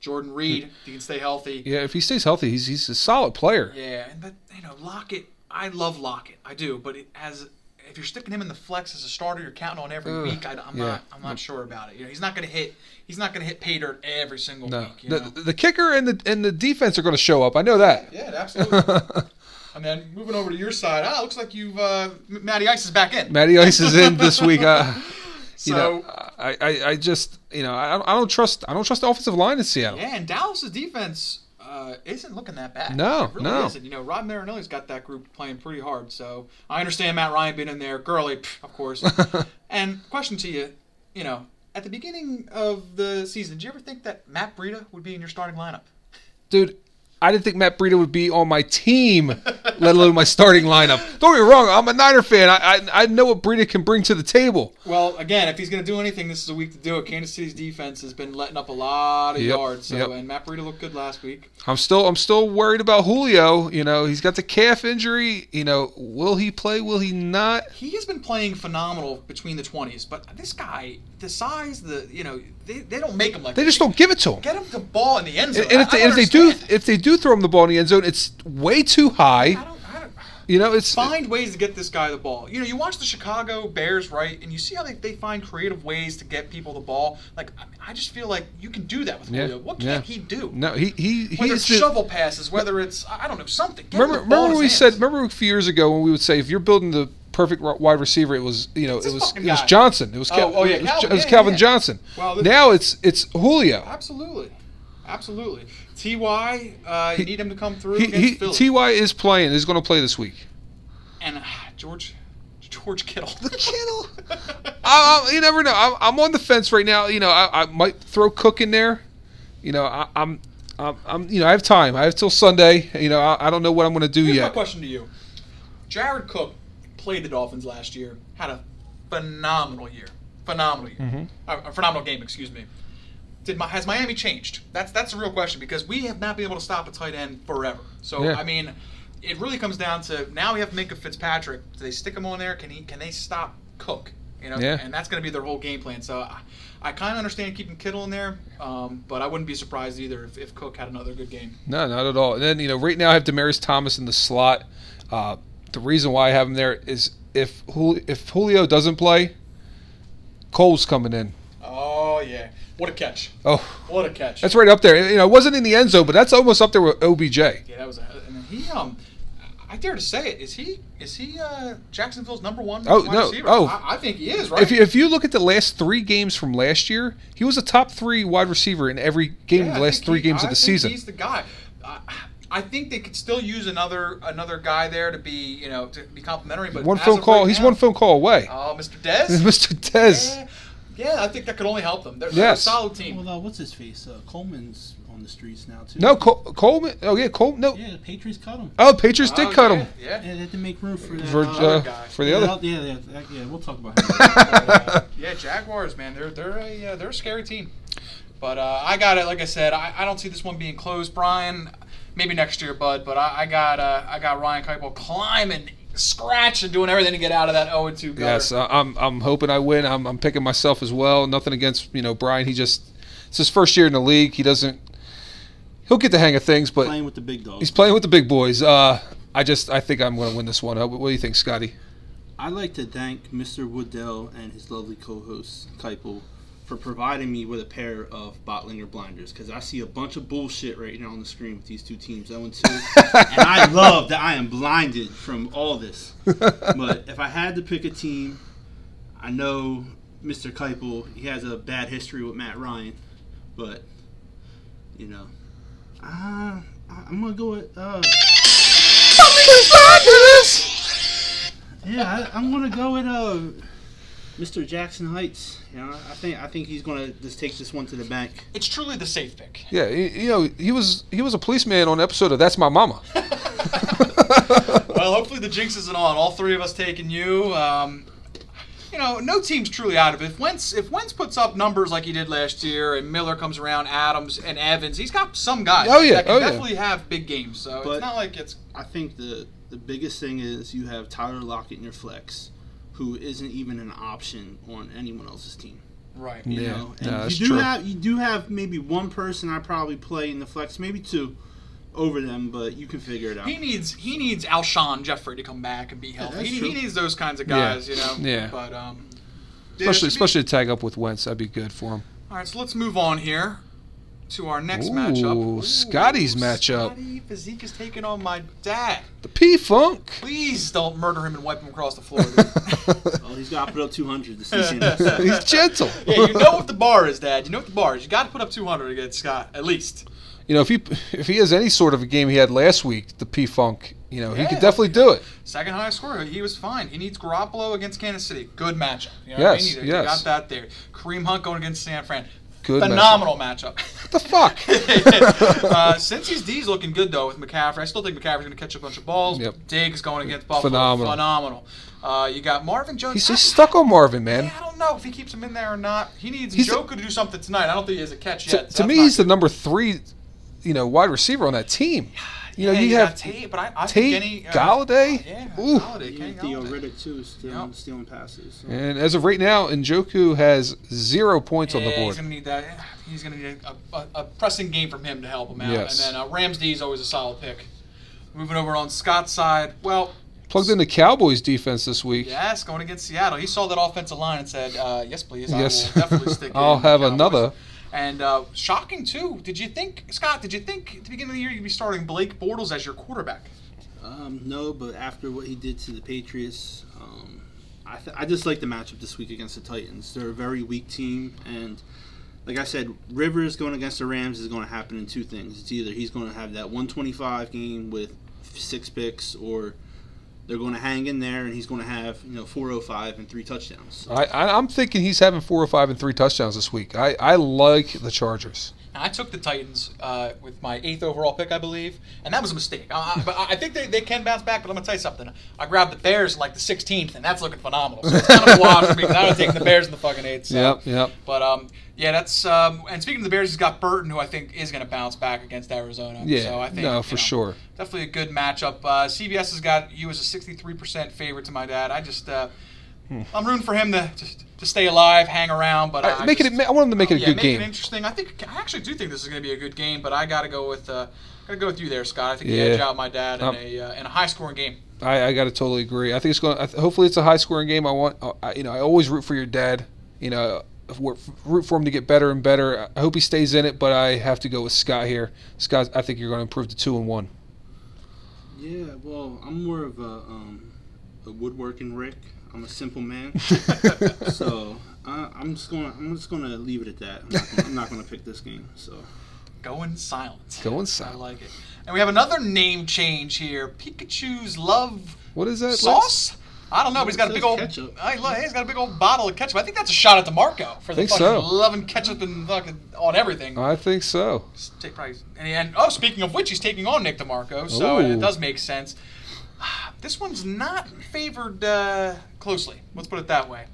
Speaker 1: Jordan Reed, if he can stay healthy.
Speaker 2: Yeah, if he stays healthy, he's he's a solid player.
Speaker 1: Yeah, and but you know, Lockett, I love Lockett, I do, but it has. If you're sticking him in the flex as a starter, you're counting on every
Speaker 2: Ugh,
Speaker 1: week. I, am
Speaker 2: yeah.
Speaker 1: not. I'm not sure about it. You know, he's not going to hit. He's not going to hit pay dirt every single
Speaker 2: No,
Speaker 1: week. You
Speaker 2: the,
Speaker 1: know?
Speaker 2: the kicker and the and the defense are going to show up. I know that.
Speaker 1: yeah, absolutely. and then moving over to your side, ah, looks like you've uh, M- Matty Ice is back in.
Speaker 2: Matty Ice is in this week. Uh, you
Speaker 1: So-
Speaker 2: know, I, I, I just you know I, don't- I don't trust I don't trust the offensive line in Seattle.
Speaker 1: Yeah, and Dallas's defense uh, isn't looking that bad.
Speaker 2: No,
Speaker 1: it really
Speaker 2: no.
Speaker 1: isn't. You know, Rob Marinelli's got that group playing pretty hard. So I understand Matt Ryan being in there, Gurley, pff, of course. and question to you, you know, at the beginning of the season, did you ever think that Matt Breida would be in your starting lineup?
Speaker 2: dude. I didn't think Matt Breida would be on my team, let alone my starting lineup. Don't get me wrong, I'm a Niner fan. I I, I know what Breida can bring to the table.
Speaker 1: Well, again, if he's going to do anything, this is a week to do it. Kansas City's defense has been letting up a lot of
Speaker 2: Yep,
Speaker 1: yards. So,
Speaker 2: yep.
Speaker 1: and Matt Breida looked good last week.
Speaker 2: I'm still I'm still worried about Julio. You know, he's got the calf injury. You know, will he play? Will he not?
Speaker 1: he has been playing phenomenal between the 20s, but this guy, the size, the you know, they, they don't make him like
Speaker 2: They
Speaker 1: that.
Speaker 2: just don't give it to him.
Speaker 1: get him the ball in the end zone.
Speaker 2: And and if
Speaker 1: I- I
Speaker 2: they, and if they do
Speaker 1: understand.
Speaker 2: if they do throw him the ball in the end zone, it's way too
Speaker 1: I
Speaker 2: high.
Speaker 1: don't, I don't
Speaker 2: You know, it's
Speaker 1: find ways to get this guy the ball. You know, you watch the Chicago Bears, right, and you see how they, they find creative ways to get people the ball. Like I, mean, I just feel like you can do that with
Speaker 2: Yeah,
Speaker 1: Julio. What can't
Speaker 2: yeah.
Speaker 1: he do?
Speaker 2: no he he
Speaker 1: Whether
Speaker 2: he's
Speaker 1: it's
Speaker 2: the,
Speaker 1: shovel passes, whether it's I I don't know something. Get him
Speaker 2: remember
Speaker 1: the ball in
Speaker 2: remember when we
Speaker 1: his
Speaker 2: said
Speaker 1: hands.
Speaker 2: remember a few years ago when we would say if you're building the perfect ri- wide receiver it was you know it
Speaker 1: this
Speaker 2: was it
Speaker 1: fucking
Speaker 2: was
Speaker 1: guy.
Speaker 2: Johnson it was Cal-
Speaker 1: oh, yeah,
Speaker 2: it was,
Speaker 1: Calvin,
Speaker 2: it was
Speaker 1: yeah,
Speaker 2: Calvin
Speaker 1: yeah.
Speaker 2: Johnson
Speaker 1: Well, this-
Speaker 2: now it's it's Julio
Speaker 1: absolutely, absolutely. Ty, uh, you need him to come through
Speaker 2: he,
Speaker 1: against
Speaker 2: he
Speaker 1: Philly.
Speaker 2: Ty is playing he's going to play this week
Speaker 1: and uh, George George Kittle.
Speaker 2: Kittle I, I, you never know I'm, I'm on the fence right now you know I, I might throw Cook in there you know I, I'm. I'm, I'm, you know, I have time. I have till Sunday. You know, I, I don't know what I'm going to do
Speaker 1: Here's my
Speaker 2: yet.
Speaker 1: question to you: Jared Cook played the Dolphins last year, had a phenomenal year, phenomenal year,
Speaker 2: Mm-hmm.
Speaker 1: Uh, a phenomenal game. Excuse me. Did my, has Miami changed? That's that's a real question because we have not been able to stop a tight end forever. So
Speaker 2: Yeah.
Speaker 1: I mean, it really comes down to now we have Minka Fitzpatrick. Do they stick him on there? Can he? Can they stop Cook? You know,
Speaker 2: Yeah.
Speaker 1: and that's going to be their whole game plan. So I, I kind of understand keeping Kittle in there, um, but I wouldn't be surprised either if, if Cook had another good game.
Speaker 2: No, not at all. And then you know, right now I have Demarius Thomas in the slot. Uh, the reason why I have him there is if Jul- if Julio doesn't play, Cole's coming in.
Speaker 1: Oh yeah, what a catch!
Speaker 2: Oh,
Speaker 1: What a catch!
Speaker 2: that's right up there. You know, it wasn't in the end zone, but that's almost up there with OBJ.
Speaker 1: Yeah, that was. A, and then he um, I dare to say it. Is he is he uh Jacksonville's number one
Speaker 2: Oh,
Speaker 1: wide
Speaker 2: no.
Speaker 1: receiver?
Speaker 2: Oh.
Speaker 1: I, I think he is right.
Speaker 2: If you, if you look at the last three games from last year, he was a top three wide receiver in every game
Speaker 1: Yeah,
Speaker 2: of
Speaker 1: I
Speaker 2: the last
Speaker 1: think
Speaker 2: three
Speaker 1: he-
Speaker 2: games
Speaker 1: I
Speaker 2: of the
Speaker 1: think
Speaker 2: season.
Speaker 1: He's the guy. I, I think they could still use another another guy there to be you know to be complimentary. But
Speaker 2: One
Speaker 1: as
Speaker 2: phone
Speaker 1: of
Speaker 2: call.
Speaker 1: right
Speaker 2: he's
Speaker 1: now-
Speaker 2: one phone call away.
Speaker 1: Oh, Mr. Dez.
Speaker 2: Mr. Dez.
Speaker 1: yeah, yeah, I think that could only help them. They're, they're a
Speaker 2: Yes.
Speaker 1: solid team.
Speaker 4: Well, uh, what's his face? Uh, Coleman's on the streets now too.
Speaker 2: No, Col- Coleman. Oh yeah, Cole. No.
Speaker 4: Yeah, the Patriots cut him.
Speaker 2: Oh, Patriots did
Speaker 1: Oh,
Speaker 2: cut
Speaker 1: yeah,
Speaker 2: him
Speaker 1: Yeah.
Speaker 4: Yeah, they had to make room for that.
Speaker 2: for
Speaker 4: uh,
Speaker 2: uh,
Speaker 1: guy.
Speaker 2: for the other.
Speaker 4: Yeah, yeah, yeah, yeah, we'll talk about him.
Speaker 1: Yeah, Jaguars, man, they're they're a uh, they're a scary team. But uh, I got it. Like I said, I, I don't see this one being closed, Brian. Maybe next year, bud. But I, I got uh, I got Ryan Keipo climbing, scratching, doing everything to get out of that 0-2 gutter.
Speaker 2: Yes, I- I'm. I'm hoping I win. I'm. I'm picking myself as well. Nothing against you know Brian. He just it's his first year in the league. He doesn't. He'll get the hang of things, but
Speaker 4: Playing with the big dogs.
Speaker 2: he's playing with the big boys. Uh, I just I think I'm going to win this one. Uh, What do you think, Scotty?
Speaker 4: I'd like to thank Mr. Woodell and his lovely co-host Keipel for providing me with a pair of Botlinger blinders because I see a bunch of bullshit right now on the screen with these two teams 0 and 2, and I love that I am blinded from all this. But if I had to pick a team, I know Mr. Keipel he has a bad history with Matt Ryan, but you know, uh, I- I'm gonna go with uh, Yeah, I, I'm gonna go with uh, Mr. Jackson Heights. You know, I think I think he's gonna just take this one to the bank.
Speaker 1: It's truly the safe pick.
Speaker 2: Yeah, you, you know he was he was a policeman on an episode of That's My Mama.
Speaker 1: well, hopefully the jinx isn't on. All three of us taking you. Um, you know, no team's truly out of it. If Wentz, if Wentz puts up numbers like he did last year, and Miller comes around, Adams and Evans, he's got some guys
Speaker 2: Oh, yeah.
Speaker 1: that can
Speaker 2: Oh, yeah.
Speaker 1: definitely have big games. So
Speaker 4: But-
Speaker 1: it's not like it's
Speaker 4: I think the the biggest thing is you have Tyler Lockett in your flex, who isn't even an option on anyone else's team.
Speaker 1: right.
Speaker 4: You
Speaker 2: Yeah,
Speaker 4: know,
Speaker 2: no,
Speaker 4: and
Speaker 2: that's
Speaker 4: you do
Speaker 2: true.
Speaker 4: have you do have maybe one person I probably play in the flex, maybe two, over them, but you can figure it out.
Speaker 1: He needs he needs Alshon Jeffrey to come back and be healthy.
Speaker 4: that's
Speaker 1: he,
Speaker 4: true.
Speaker 1: he needs those kinds of
Speaker 2: Yeah.
Speaker 1: guys, you know.
Speaker 2: Yeah.
Speaker 1: But um, yeah, it should
Speaker 2: Especially
Speaker 1: be-
Speaker 2: especially to tag up with Wentz, that'd be good for him.
Speaker 1: All right, so let's move on here to our next
Speaker 2: Ooh,
Speaker 1: matchup.
Speaker 2: Scotty's matchup.
Speaker 1: Scotty Physique is taking on my dad.
Speaker 2: The P Funk.
Speaker 1: Please don't murder him and wipe him across the floor. dude.
Speaker 4: Oh, he's got to put up 200 this season.
Speaker 2: He's gentle.
Speaker 1: yeah, you know what the bar is, Dad. You know what the bar is. You got to put up 200 against Scott, at least.
Speaker 2: You know if he if he has any sort of a game he had last week, the P Funk, you know he
Speaker 1: Yeah.
Speaker 2: could definitely do it.
Speaker 1: Second highest scorer, he was fine. He needs Garoppolo against Kansas City. Good matchup. You know
Speaker 2: Yes,
Speaker 1: what I mean? You- You got
Speaker 2: yes.
Speaker 1: that there. Kareem Hunt going against San Fran.
Speaker 2: Good. matchup.
Speaker 1: Phenomenal matchup.
Speaker 2: What the fuck?
Speaker 1: uh, since he's D's looking good though with McCaffrey, I still think McCaffrey's going to catch a bunch of balls.
Speaker 2: Yep.
Speaker 1: Diggs going against Buffalo,
Speaker 2: Phenomenal.
Speaker 1: phenomenal. Uh, you got Marvin Jones.
Speaker 2: He's
Speaker 1: I-
Speaker 2: just stuck on Marvin, man.
Speaker 1: Yeah, I don't know if he keeps him in there or not. He needs
Speaker 2: He's-
Speaker 1: Joker to do something tonight. I don't think he has a catch
Speaker 2: To,
Speaker 1: yet.
Speaker 2: to me, he's the number three, you know, wide receiver on that team. You know,
Speaker 1: yeah,
Speaker 2: you,
Speaker 1: got
Speaker 2: have
Speaker 1: Tate, but I, I
Speaker 2: Tate,
Speaker 1: think any, uh,
Speaker 2: Galladay.
Speaker 1: Yeah,
Speaker 2: Ooh.
Speaker 1: Galladay, Kenny
Speaker 4: Theo
Speaker 1: Galladay.
Speaker 4: Riddick too, stealing,
Speaker 1: Yep.
Speaker 4: stealing passes. so.
Speaker 2: And as of right now, Njoku has zero points on the
Speaker 1: Yeah, He's
Speaker 2: board.
Speaker 1: gonna need that. He's gonna need a, a, a pressing game from him to help him out.
Speaker 2: Yes.
Speaker 1: And then uh, Rams D is always a solid pick. Moving over on Scott's side, well,
Speaker 2: Plugged into Cowboys defense this week.
Speaker 1: yes, going against Seattle, he saw that offensive line and said, uh, "Yes, please. I
Speaker 2: Yes.
Speaker 1: will definitely stick."
Speaker 2: I'll
Speaker 1: in
Speaker 2: have
Speaker 1: Cowboys."
Speaker 2: another.
Speaker 1: And uh, shocking too. Did you think, Scott? Did you think at the beginning of the year you'd be starting Blake Bortles as your quarterback?
Speaker 4: Um, no, but after what he did to the Patriots, um, I, th- I just like the matchup this week against the Titans. They're a very weak team, and like I said, Rivers going against the Rams is going to happen in two things. It's either he's going to have that 125 game with six picks, or they're going to hang in there and he's going to have you know 405 and three touchdowns.
Speaker 2: I, I, I'm thinking he's having four or five and three touchdowns this week. I, I like the Chargers.
Speaker 1: And I took the Titans uh, with my eighth overall pick, I believe, and that was a mistake. I, I, but I I think they, they can bounce back. But I'm gonna tell you something. I grabbed the Bears in, like the 16th, and that's looking phenomenal. So it's kind of a wash for me because I would have taken the Bears in the fucking eighth. So.
Speaker 2: Yep, yep.
Speaker 1: But um, yeah, that's um. And speaking of the Bears, he's got Burton, who I think is gonna bounce back against Arizona.
Speaker 2: Yeah,
Speaker 1: so I think,
Speaker 2: no,
Speaker 1: you
Speaker 2: for
Speaker 1: know,
Speaker 2: sure.
Speaker 1: Definitely a good matchup. Uh, CBS has got you as a 63% favorite to my dad. I just uh, I'm rooting for him to just to stay alive, hang around, but I, I
Speaker 2: make it.
Speaker 1: just-
Speaker 2: Hmm. I want him to make it a
Speaker 1: Oh, yeah,
Speaker 2: good
Speaker 1: make
Speaker 2: game.
Speaker 1: it interesting. I think I actually do think this is going to be a good game, but I got to go with uh, got to go with you there, Scott. I think
Speaker 2: Yeah.
Speaker 1: you edge out my dad in
Speaker 2: Um,
Speaker 1: a uh, in a high scoring game.
Speaker 2: I, I got to totally agree. I think it's going. I th- hopefully, it's a high scoring game. I want. uh, I, you know, I always root for your dad. You know, wor- root for him to get better and better. I hope he stays in it, but I have to go with Scott here. Scott, I think you're going to improve to two and one.
Speaker 4: Yeah, well, I'm more of a um, a woodworking Rick. I'm a simple man, so uh, I'm just gonna I'm just gonna leave it at that. I'm not gonna, I'm not gonna pick this game. So
Speaker 1: Going silent.
Speaker 2: Going
Speaker 1: I
Speaker 2: silent.
Speaker 1: like it. And we have another name change here. Pikachu's love
Speaker 2: What is that? Lex?
Speaker 1: sauce. I don't know, but he's got a
Speaker 4: It
Speaker 1: big
Speaker 4: says
Speaker 1: old.
Speaker 4: ketchup.
Speaker 1: Hey, look, he's got a big old bottle of ketchup. I think that's a shot at DeMarco for the
Speaker 2: Think
Speaker 1: fucking
Speaker 2: so.
Speaker 1: loving ketchup and fucking on everything.
Speaker 2: I think so.
Speaker 1: Take probably, and, and oh, speaking of which, he's taking on Nick DeMarco, so
Speaker 2: Ooh.
Speaker 1: it does make sense. This one's not favored uh, closely. Let's put it that way.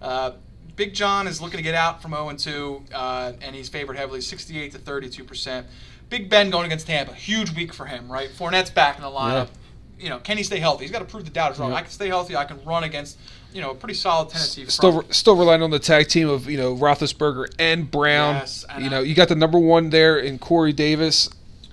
Speaker 1: Uh, Big John is looking to get out from 0 2, uh, and he's favored heavily, 68 to 32 percent. Big Ben going against Tampa, huge week for him, right? Fournette's back in the lineup. You know, can he stay healthy? He's got to prove the doubters wrong.
Speaker 2: Yeah.
Speaker 1: I can stay healthy. I can run against, you know, a pretty solid Tennessee. front.
Speaker 2: Still, still relying on the tag team of you know Roethlisberger and Brown.
Speaker 1: Yes, and
Speaker 2: you
Speaker 1: I-
Speaker 2: know, you got the number one there in Corey Davis.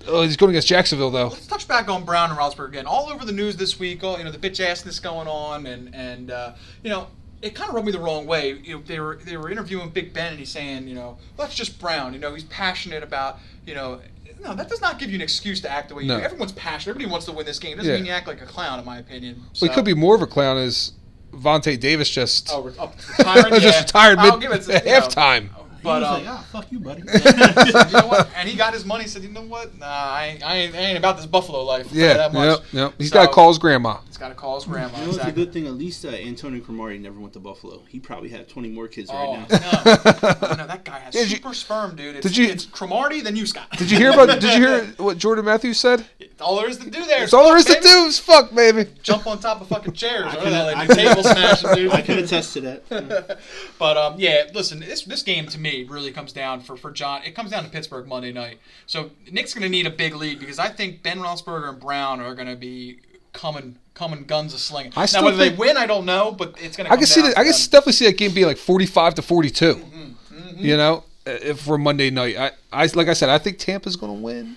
Speaker 2: Oh, he's going against Jacksonville though.
Speaker 1: Let's touch back on Brown and Roethlisberger again. All over the news this week, all you know, the bitch assness going on, and and uh, you know, it kind of rubbed me the wrong way. You know, they were they were interviewing Big Ben, and he's saying, you know, well, that's just Brown. You know, he's passionate about, you know, no, that does not give you an excuse to act the way you
Speaker 2: No.
Speaker 1: do. Everyone's passionate. Everybody wants to win this game. It doesn't
Speaker 2: Yeah.
Speaker 1: mean you act like a clown, in my opinion.
Speaker 2: Well, he
Speaker 1: So-
Speaker 2: could be more of a clown as Vontae Davis just
Speaker 1: Oh, re- oh, retired,
Speaker 2: just
Speaker 1: yeah.
Speaker 2: retired
Speaker 1: I'll
Speaker 2: mid
Speaker 1: give it to- you know,
Speaker 2: halftime.
Speaker 1: But
Speaker 4: He was
Speaker 1: um,
Speaker 4: like, "Oh." ah, fuck you, buddy.
Speaker 1: you know what? And he got his money. Said, you know what? Nah, I ain't, I ain't, I ain't about this Buffalo life. I'll tell you
Speaker 2: Yeah,
Speaker 1: that much.
Speaker 2: yep, yep. He's
Speaker 1: So-
Speaker 2: got to call his grandma.
Speaker 1: He's got to call his grandma.
Speaker 4: You know, it's a
Speaker 1: exactly.
Speaker 4: good thing at least uh, Antonio Cromartie never went to Buffalo. He probably had 20 more kids
Speaker 1: Oh,
Speaker 4: right now.
Speaker 1: no. no, that guy has
Speaker 2: Did you-
Speaker 1: super sperm, dude. It's,
Speaker 2: did you-
Speaker 1: it's Cromartie, then you, Scott.
Speaker 2: Did you hear about? did you hear what Jordan Matthews said?
Speaker 1: all there is to do there.
Speaker 2: It's all there is to
Speaker 1: fuck, baby.
Speaker 2: do. Is fuck, baby.
Speaker 1: Jump on top of fucking chairs.
Speaker 4: I
Speaker 1: or
Speaker 4: can-
Speaker 1: that,
Speaker 4: I
Speaker 1: like,
Speaker 4: can-
Speaker 1: table smashing, dude.
Speaker 4: I can attest to that.
Speaker 1: But um, yeah, listen, this this game to me really comes down for for John. It comes down to Pittsburgh Monday night. So Nick's going to need a big lead because I think Ben Roethlisberger and Brown are going to be coming coming guns a slinging.
Speaker 2: I
Speaker 1: Now
Speaker 2: still
Speaker 1: whether they
Speaker 2: think-
Speaker 1: win, I don't know, but it's going to.
Speaker 2: I can see that. I
Speaker 1: um,
Speaker 2: can definitely see that game being like forty-five to 42
Speaker 1: Mm-hmm,
Speaker 2: You know, if for Monday night, I, I like I said, I think Tampa's going to win.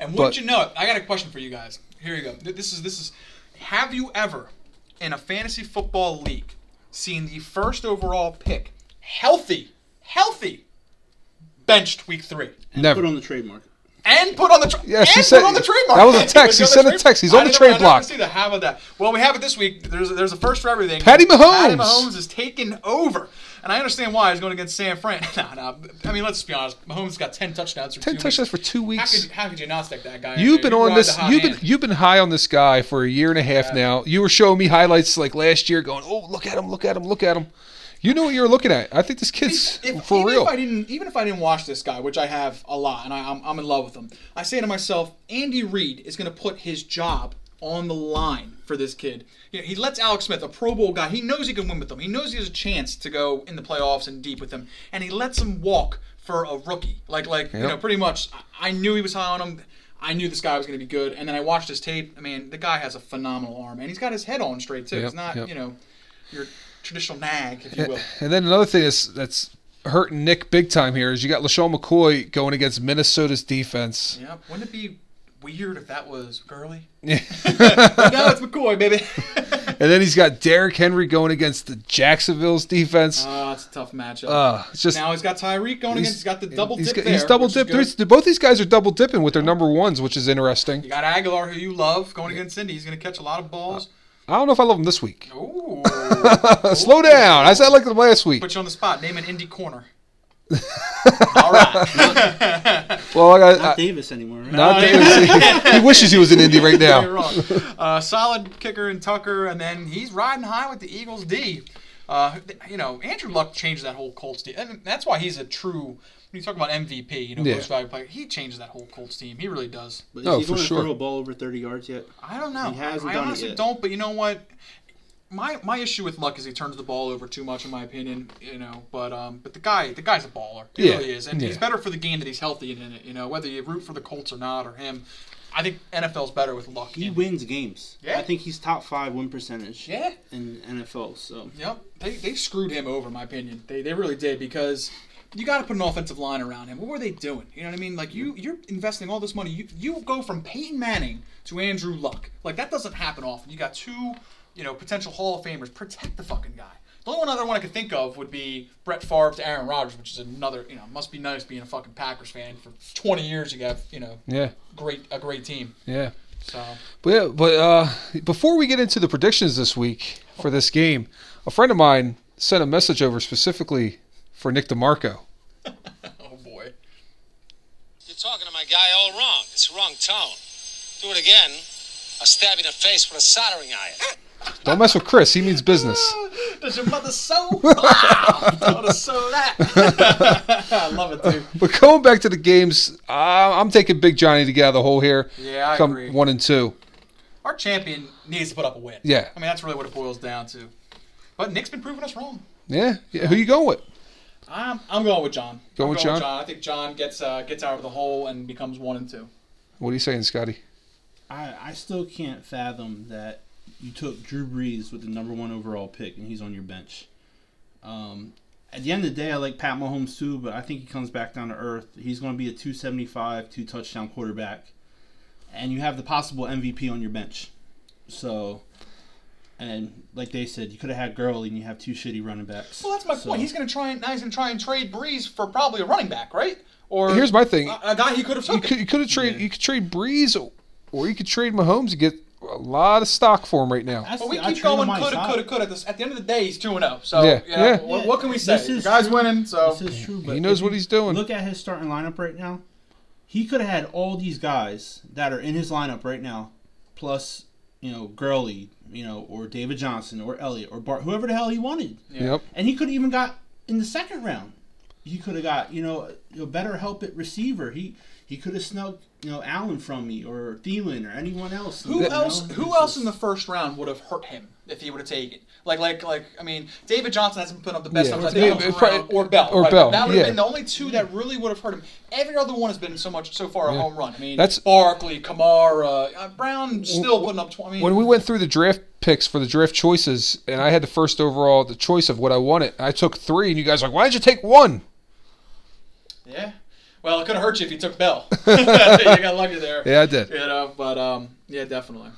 Speaker 1: And wouldn't
Speaker 2: But-
Speaker 1: you know it? I got a question for you guys. Here you go. Th- This is this is. Have you ever, in a fantasy football league, seen the first overall pick healthy, healthy, benched week three
Speaker 2: Never.
Speaker 4: Put on the trademark.
Speaker 1: and put on the tra-
Speaker 2: Yeah, she
Speaker 1: and
Speaker 2: said-
Speaker 1: put on the trademark?
Speaker 2: that was a
Speaker 1: It
Speaker 2: text. He
Speaker 1: on the
Speaker 2: sent a
Speaker 1: trade-
Speaker 2: text. He's
Speaker 1: I
Speaker 2: on the
Speaker 1: didn't-
Speaker 2: trade
Speaker 1: I didn't
Speaker 2: block.
Speaker 1: See that? How about that? Well, we have it this week. There's there's a first for everything.
Speaker 2: Patty
Speaker 1: Patty
Speaker 2: Mahomes.
Speaker 1: Mahomes is taken over. And I understand why he's going against San Fran. nah, nah. I mean, let's be honest. Mahomes got ten touchdowns. For
Speaker 2: Ten
Speaker 1: two
Speaker 2: touchdowns
Speaker 1: weeks.
Speaker 2: for two
Speaker 1: How
Speaker 2: weeks.
Speaker 1: could, how could you not stick that guy? in
Speaker 2: You've
Speaker 1: there?
Speaker 2: been
Speaker 1: You
Speaker 2: on
Speaker 1: ride the
Speaker 2: this.
Speaker 1: hot
Speaker 2: You've been
Speaker 1: hand.
Speaker 2: you've been high on this guy for a year and a half now. You were showing me highlights like last year, going, "Oh, look at him! Look at him! Look at him!" You knew what you were looking at. I think this kid's
Speaker 1: if,
Speaker 2: for
Speaker 1: even
Speaker 2: real.
Speaker 1: If I didn't, even if I didn't watch this guy, which I have a lot, and I, I'm, I'm in love with him, I say to myself, Andy Reid is going to put his job on the line for this kid. You know, he lets Alex Smith, a Pro Bowl guy, he knows he can win with them. He knows he has a chance to go in the playoffs and deep with them, and he lets him walk for a rookie. Like, like you
Speaker 2: Yep.
Speaker 1: know, pretty much. I- I knew he was high on him. I knew this guy was going to be good, and then I watched his tape. I mean, the guy has a phenomenal arm, and he's got his head on straight too.
Speaker 2: Yep,
Speaker 1: it's not,
Speaker 2: yep.
Speaker 1: you know, your traditional nag, if you will.
Speaker 2: And then another thing is that's hurting Nick big time here is you got LaShawn McCoy going against Minnesota's defense.
Speaker 1: Yeah, wouldn't it be weird if that was Gurley? Yeah. no, it's McCoy, baby.
Speaker 2: And then he's got Derrick Henry going against the Jacksonville's defense.
Speaker 1: oh, it's a tough matchup.
Speaker 2: Uh, it's just
Speaker 1: now he's got Tyreek going against. He's got the double
Speaker 2: he's
Speaker 1: dip
Speaker 2: got-
Speaker 1: there.
Speaker 2: He's double
Speaker 1: which is
Speaker 2: dipped. There's-
Speaker 1: good.
Speaker 2: Both these guys are double dipping with their number ones, which is
Speaker 1: You
Speaker 2: interesting.
Speaker 1: got Aguilar, who you love, going against Indy. He's going to catch a lot of balls.
Speaker 2: I don't know if I love them this week.
Speaker 1: Ooh.
Speaker 2: Slow down. I said I liked them last week.
Speaker 1: Put you on the spot. Name an Indy corner. All right.
Speaker 2: Well, I got.
Speaker 4: Not
Speaker 2: I,
Speaker 4: Davis anymore. Right?
Speaker 2: not Davis. he wishes he was in Indy right
Speaker 1: You're
Speaker 2: now.
Speaker 1: wrong. Uh, solid kicker and Tucker, and then he's riding high with the Eagles D. Uh, you know, Andrew Luck changed that whole Colts team, and that's why he's a true. When you talk about MVP, you know,
Speaker 2: Yeah.
Speaker 1: most valuable player, he changes that whole Colts team. He really does.
Speaker 4: But
Speaker 2: No,
Speaker 4: is
Speaker 2: Oh,
Speaker 4: he
Speaker 2: for
Speaker 4: going to
Speaker 2: sure.
Speaker 4: throw a ball over 30 yards yet?
Speaker 1: I don't know.
Speaker 4: He hasn't
Speaker 1: I
Speaker 4: done it
Speaker 1: honestly
Speaker 4: yet.
Speaker 1: don't. But you know what? My my issue with Luck is he turns the ball over too much, in my opinion. You know, but um, but the guy the guy's a baller. He
Speaker 2: Yeah.
Speaker 1: really is, and he's
Speaker 2: Yeah.
Speaker 1: better for the game that he's healthy in it. You know, whether you root for the Colts or not or him, I think NFL's better with Luck.
Speaker 4: He
Speaker 1: in-
Speaker 4: wins games.
Speaker 1: Yeah.
Speaker 4: I think he's top five win percentage
Speaker 1: Yeah.
Speaker 4: in NFL. So
Speaker 1: Yep, they, they screwed him over, in my opinion. They, they really did because you got to put an offensive line around him. What were they doing? You know what I mean? Like you you're investing all this money. You you go from Peyton Manning to Andrew Luck. Like that doesn't happen often. You got two, you know, potential Hall of Famers. Protect the fucking guy. The only one other one I could think of would be Brett Favre to Aaron Rodgers, which is another. You know, must be nice being a fucking Packers fan for 20 years. You got you know,
Speaker 2: Yeah,
Speaker 1: great a great team.
Speaker 2: yeah.
Speaker 1: So
Speaker 2: But yeah, but uh, before we get into the predictions this week for this game, a friend of mine sent a message over specifically for Nick DeMarco.
Speaker 1: oh boy.
Speaker 5: You're talking to my guy all wrong. It's wrong tone. Do it again. I'll stab you in the face with a soldering iron.
Speaker 2: Don't mess with Chris. He means business.
Speaker 1: Does your mother sew? Wow! Mother sew that. I love it, dude.
Speaker 2: But going back to the games, uh, I'm taking Big Johnny to get out of the hole here.
Speaker 1: Yeah, I
Speaker 2: come
Speaker 1: agree.
Speaker 2: one and two.
Speaker 1: Our champion needs to put up a win.
Speaker 2: Yeah.
Speaker 1: I mean, that's really what it boils down to. But Nick's been proving us wrong.
Speaker 2: Yeah. yeah. Who you going with?
Speaker 1: I'm, I'm going with John.
Speaker 2: Going
Speaker 1: I'm
Speaker 2: with John?
Speaker 1: I think John gets uh, gets out of the hole and becomes one and two.
Speaker 2: What are you saying, Scotty?
Speaker 4: I, I still can't fathom that you took Drew Brees with the number one overall pick and he's on your bench. Um, at the end of the day, I like Pat Mahomes too, but I think he comes back down to earth. He's going to be a 275, two touchdown quarterback, and you have the possible MVP on your bench. So, and like they said, you could have had Gurley and you have two shitty running backs.
Speaker 1: Well, that's my
Speaker 4: So-
Speaker 1: point. He's going to try and now he's going to try and trade Breeze for probably a running back, right? Or
Speaker 2: Here's my thing.
Speaker 1: a, a guy he could have
Speaker 2: You
Speaker 1: taken.
Speaker 2: could, you could have trade. You could trade Breeze, or you could trade Mahomes and get a lot of stock for him right now.
Speaker 4: That's-
Speaker 1: But we
Speaker 4: I
Speaker 1: keep
Speaker 4: trade him
Speaker 1: going
Speaker 4: on his
Speaker 1: coulda,
Speaker 4: side.
Speaker 1: coulda, coulda. This- At the end of the day, he's 2 and 0. So,
Speaker 2: Yeah,
Speaker 1: you know,
Speaker 2: yeah.
Speaker 1: What, what can we say?
Speaker 4: This
Speaker 1: The
Speaker 4: is
Speaker 1: guy's
Speaker 4: true.
Speaker 1: winning, so.
Speaker 4: This is true, but
Speaker 2: He knows
Speaker 4: if
Speaker 2: what
Speaker 4: you
Speaker 2: he's doing.
Speaker 4: Look at his starting lineup right now. He could have had all these guys that are in his lineup right now, plus you know Gurley, you know, or David Johnson, or Elliott, or Bart, whoever the hell he wanted,
Speaker 2: Yep.
Speaker 4: and he could have even got in the second round. He could have got you know a better help at receiver. He he could have snuck you know Allen from me or Thielen or anyone else.
Speaker 1: Who
Speaker 4: you know?
Speaker 1: else? Who
Speaker 4: It's
Speaker 1: else
Speaker 4: just-
Speaker 1: in the first round would have hurt him if he would have taken? Like, like, like. I mean, David Johnson hasn't put up the best
Speaker 2: Yeah.
Speaker 1: numbers.
Speaker 2: Yeah,
Speaker 1: I think,
Speaker 2: it probably-
Speaker 1: or Bell.
Speaker 2: or
Speaker 1: right.
Speaker 2: Bell,
Speaker 1: That would have
Speaker 2: yeah.
Speaker 1: been the only two that really would have hurt him. Every other one has been so much so far a home run. I mean,
Speaker 2: That's-
Speaker 1: that's Barkley, Kamara, uh, Brown still putting up twenty. I mean,
Speaker 2: When we went through the draft picks for the draft choices, and I had the first overall, the choice of what I wanted, I took three, and you guys were like, why did you take one?
Speaker 1: yeah. Well, it could have hurt you if you took Bell. you got lucky there.
Speaker 2: Yeah, I did.
Speaker 1: You know, but um, yeah, definitely.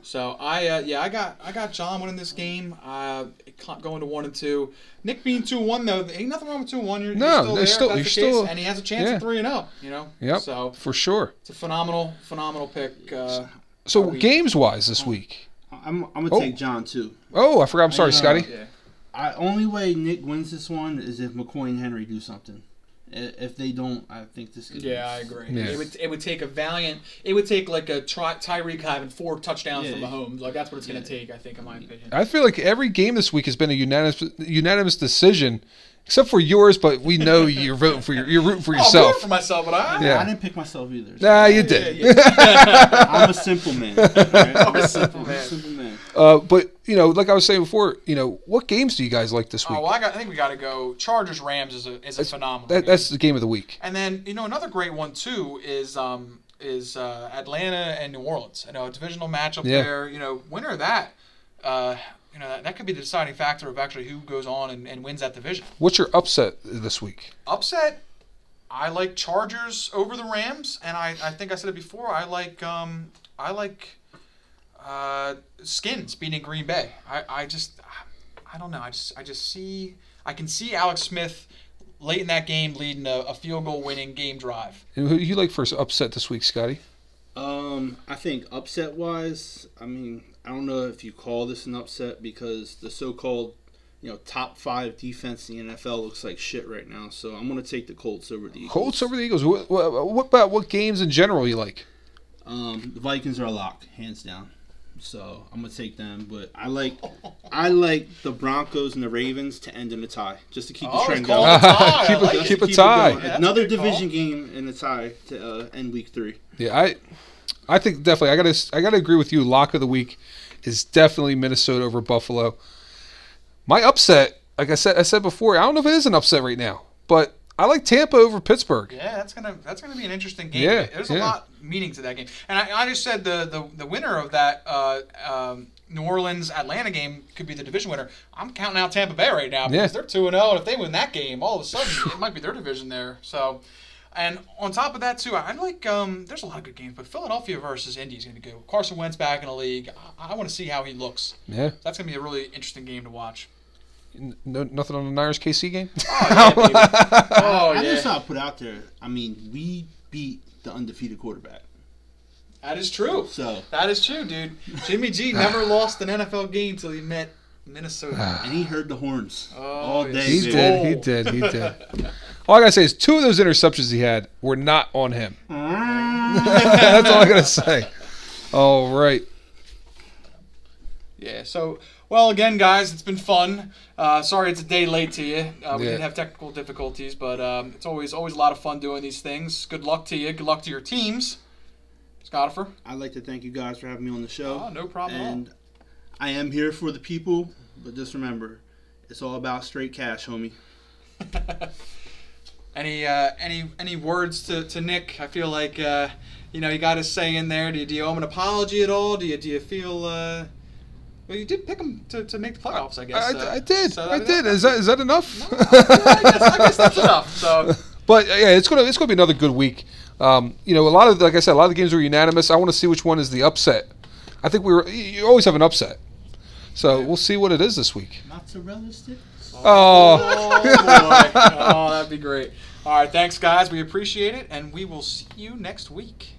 Speaker 1: So I uh, yeah I got I got John winning this game. Uh, it can't go into one and two. Nick being two one though, ain't nothing wrong with two one. You're,
Speaker 2: No,
Speaker 1: you're still there.
Speaker 2: there's still-
Speaker 1: if
Speaker 2: you're
Speaker 1: that's the
Speaker 2: still-
Speaker 1: case. and he has a chance
Speaker 2: yeah.
Speaker 1: at three and zero. You know.
Speaker 2: Yep.
Speaker 1: So
Speaker 2: for sure.
Speaker 1: it's a phenomenal phenomenal pick. Uh,
Speaker 2: So
Speaker 1: we-
Speaker 2: games wise this week.
Speaker 4: I'm I'm gonna
Speaker 2: Oh.
Speaker 4: take John too.
Speaker 2: Oh, I forgot. I'm sorry,
Speaker 4: know.
Speaker 2: Scotty.
Speaker 1: yeah.
Speaker 4: I only way Nick wins this one is if McCoy and Henry do something. I- If they don't, I think this could.
Speaker 1: Yeah, I agree.
Speaker 2: Yeah.
Speaker 1: It would it would take a valiant. It would take like a try, Tyreek having four touchdowns
Speaker 4: Yeah.
Speaker 1: from Mahomes. Like that's what it's gonna take. I think in my opinion.
Speaker 2: I feel like every game this week has been a unanimous unanimous decision, except for yours. But we know you're voting for your, you're rooting
Speaker 1: Oh,
Speaker 2: for
Speaker 1: I'm
Speaker 2: yourself.
Speaker 1: for myself, but I.
Speaker 2: Yeah.
Speaker 4: I didn't pick myself either. so
Speaker 2: nah,
Speaker 1: Yeah,
Speaker 2: you did.
Speaker 1: yeah.
Speaker 4: I'm a simple man. alright? I'm a simple
Speaker 1: man.
Speaker 4: Simple man.
Speaker 2: Uh, but you know, like I was saying before, you know, what games do you guys like this week?
Speaker 1: Oh, well, I, got, I think we got to go. Chargers Rams is a is a phenomenal.
Speaker 2: that,
Speaker 1: game.
Speaker 2: that's the game of the week.
Speaker 1: And then you know another great one too is um is uh, Atlanta and New Orleans. You know a divisional matchup
Speaker 2: Yeah.
Speaker 1: there. You know winner of that, uh, you know that, that could be the deciding factor of actually who goes on and, and wins that division.
Speaker 2: What's your upset this week?
Speaker 1: Upset. I like Chargers over the Rams, and I, I think I said it before. I like um I like uh, Skins beating Green Bay. I, I just I don't know. I just I just see I can see Alex Smith late in that game leading a, a field goal winning game drive.
Speaker 2: And who do you like for upset this week, Scotty?
Speaker 4: Um, I think upset wise, I mean, I don't know if you call this an upset because the so-called, you know, top five defense in the NFL looks like shit right now. So I'm gonna take the Colts over the Eagles.
Speaker 2: Colts over the Eagles. What, what, what about what games in general you like?
Speaker 4: Um, the Vikings are a lock, hands down. So I'm gonna take them, but I like, I like the Broncos and the Ravens to end in a tie, just to keep the
Speaker 1: Oh,
Speaker 4: trend
Speaker 1: it's called
Speaker 4: going.
Speaker 1: a tie.
Speaker 2: Keep
Speaker 1: I
Speaker 2: it-
Speaker 1: like it.
Speaker 2: keep a
Speaker 4: it
Speaker 2: tie.
Speaker 4: going.
Speaker 1: Yeah, that's a
Speaker 4: Another
Speaker 1: good call.
Speaker 4: division game in a tie to uh, end week three.
Speaker 2: Yeah, I, I think definitely. I gotta, I gotta agree with you. Lock of the week is definitely Minnesota over Buffalo. My upset, like I said, I said before, I don't know if it is an upset right now, but I like Tampa over Pittsburgh.
Speaker 1: Yeah, that's gonna that's gonna be an interesting game.
Speaker 2: Yeah,
Speaker 1: there's a
Speaker 2: yeah.
Speaker 1: lot meaning to that game, and I, I just said the, the the winner of that uh, um, New Orleans Atlanta game could be the division winner. I'm counting out Tampa Bay right now because
Speaker 2: Yeah.
Speaker 1: they're two and zero, and if they win that game, all of a sudden it might be their division there. So, and on top of that too, I like um, there's a lot of good games, but Philadelphia versus Indy is gonna go. Carson Wentz back in the league. I, I want to see how he looks.
Speaker 2: Yeah,
Speaker 1: That's gonna be a really interesting game to watch.
Speaker 2: N- no, nothing on the Niners KC game.
Speaker 1: Oh
Speaker 4: I just
Speaker 1: yeah,
Speaker 4: not put out there. I mean, we beat the undefeated quarterback.
Speaker 1: that is true.
Speaker 4: So
Speaker 1: That is true, dude. Jimmy G never lost an NFL game till he met Minnesota.
Speaker 4: and he heard the horns all
Speaker 1: Oh, yeah.
Speaker 4: day.
Speaker 2: he
Speaker 4: dude.
Speaker 2: did, he did, he did. All I gotta say is two of those interceptions he had were not on him. Mm. That's all I gotta say. All right.
Speaker 1: yeah. So, well, again, guys, it's been fun. Uh, sorry, it's a day late to you. Uh, we
Speaker 2: Yeah.
Speaker 1: did have technical difficulties, but um, it's always always a lot of fun doing these things. Good luck to you. Good luck to your teams, Scottifer.
Speaker 4: I'd like to thank you guys for having me on the show.
Speaker 1: Oh, no problem at all.
Speaker 4: And I am here for the people, but just remember, It's all about straight cash, homie.
Speaker 1: Any uh, any any words to, to Nick? I feel like uh, you know he got his say in there. Do you, do you owe him an apology at all? Do you do you feel? Uh, well, you did pick him to, to make the playoffs, I guess.
Speaker 2: I,
Speaker 1: uh,
Speaker 2: I did.
Speaker 1: so
Speaker 2: I
Speaker 1: that-
Speaker 2: did. Is that is that enough?
Speaker 1: I guess, I guess that's enough. So
Speaker 2: But uh, yeah, it's gonna it's gonna be another good week. Um, you know, a lot of like I said, a lot of the games were unanimous. I want to see which one is the upset. I think we were. You always have an upset, so we'll see what it is this week.
Speaker 4: Mozzarella sticks.
Speaker 2: Oh,
Speaker 1: Oh, boy. oh, that'd be great. All right, thanks, guys. We appreciate it, and we will see you next week.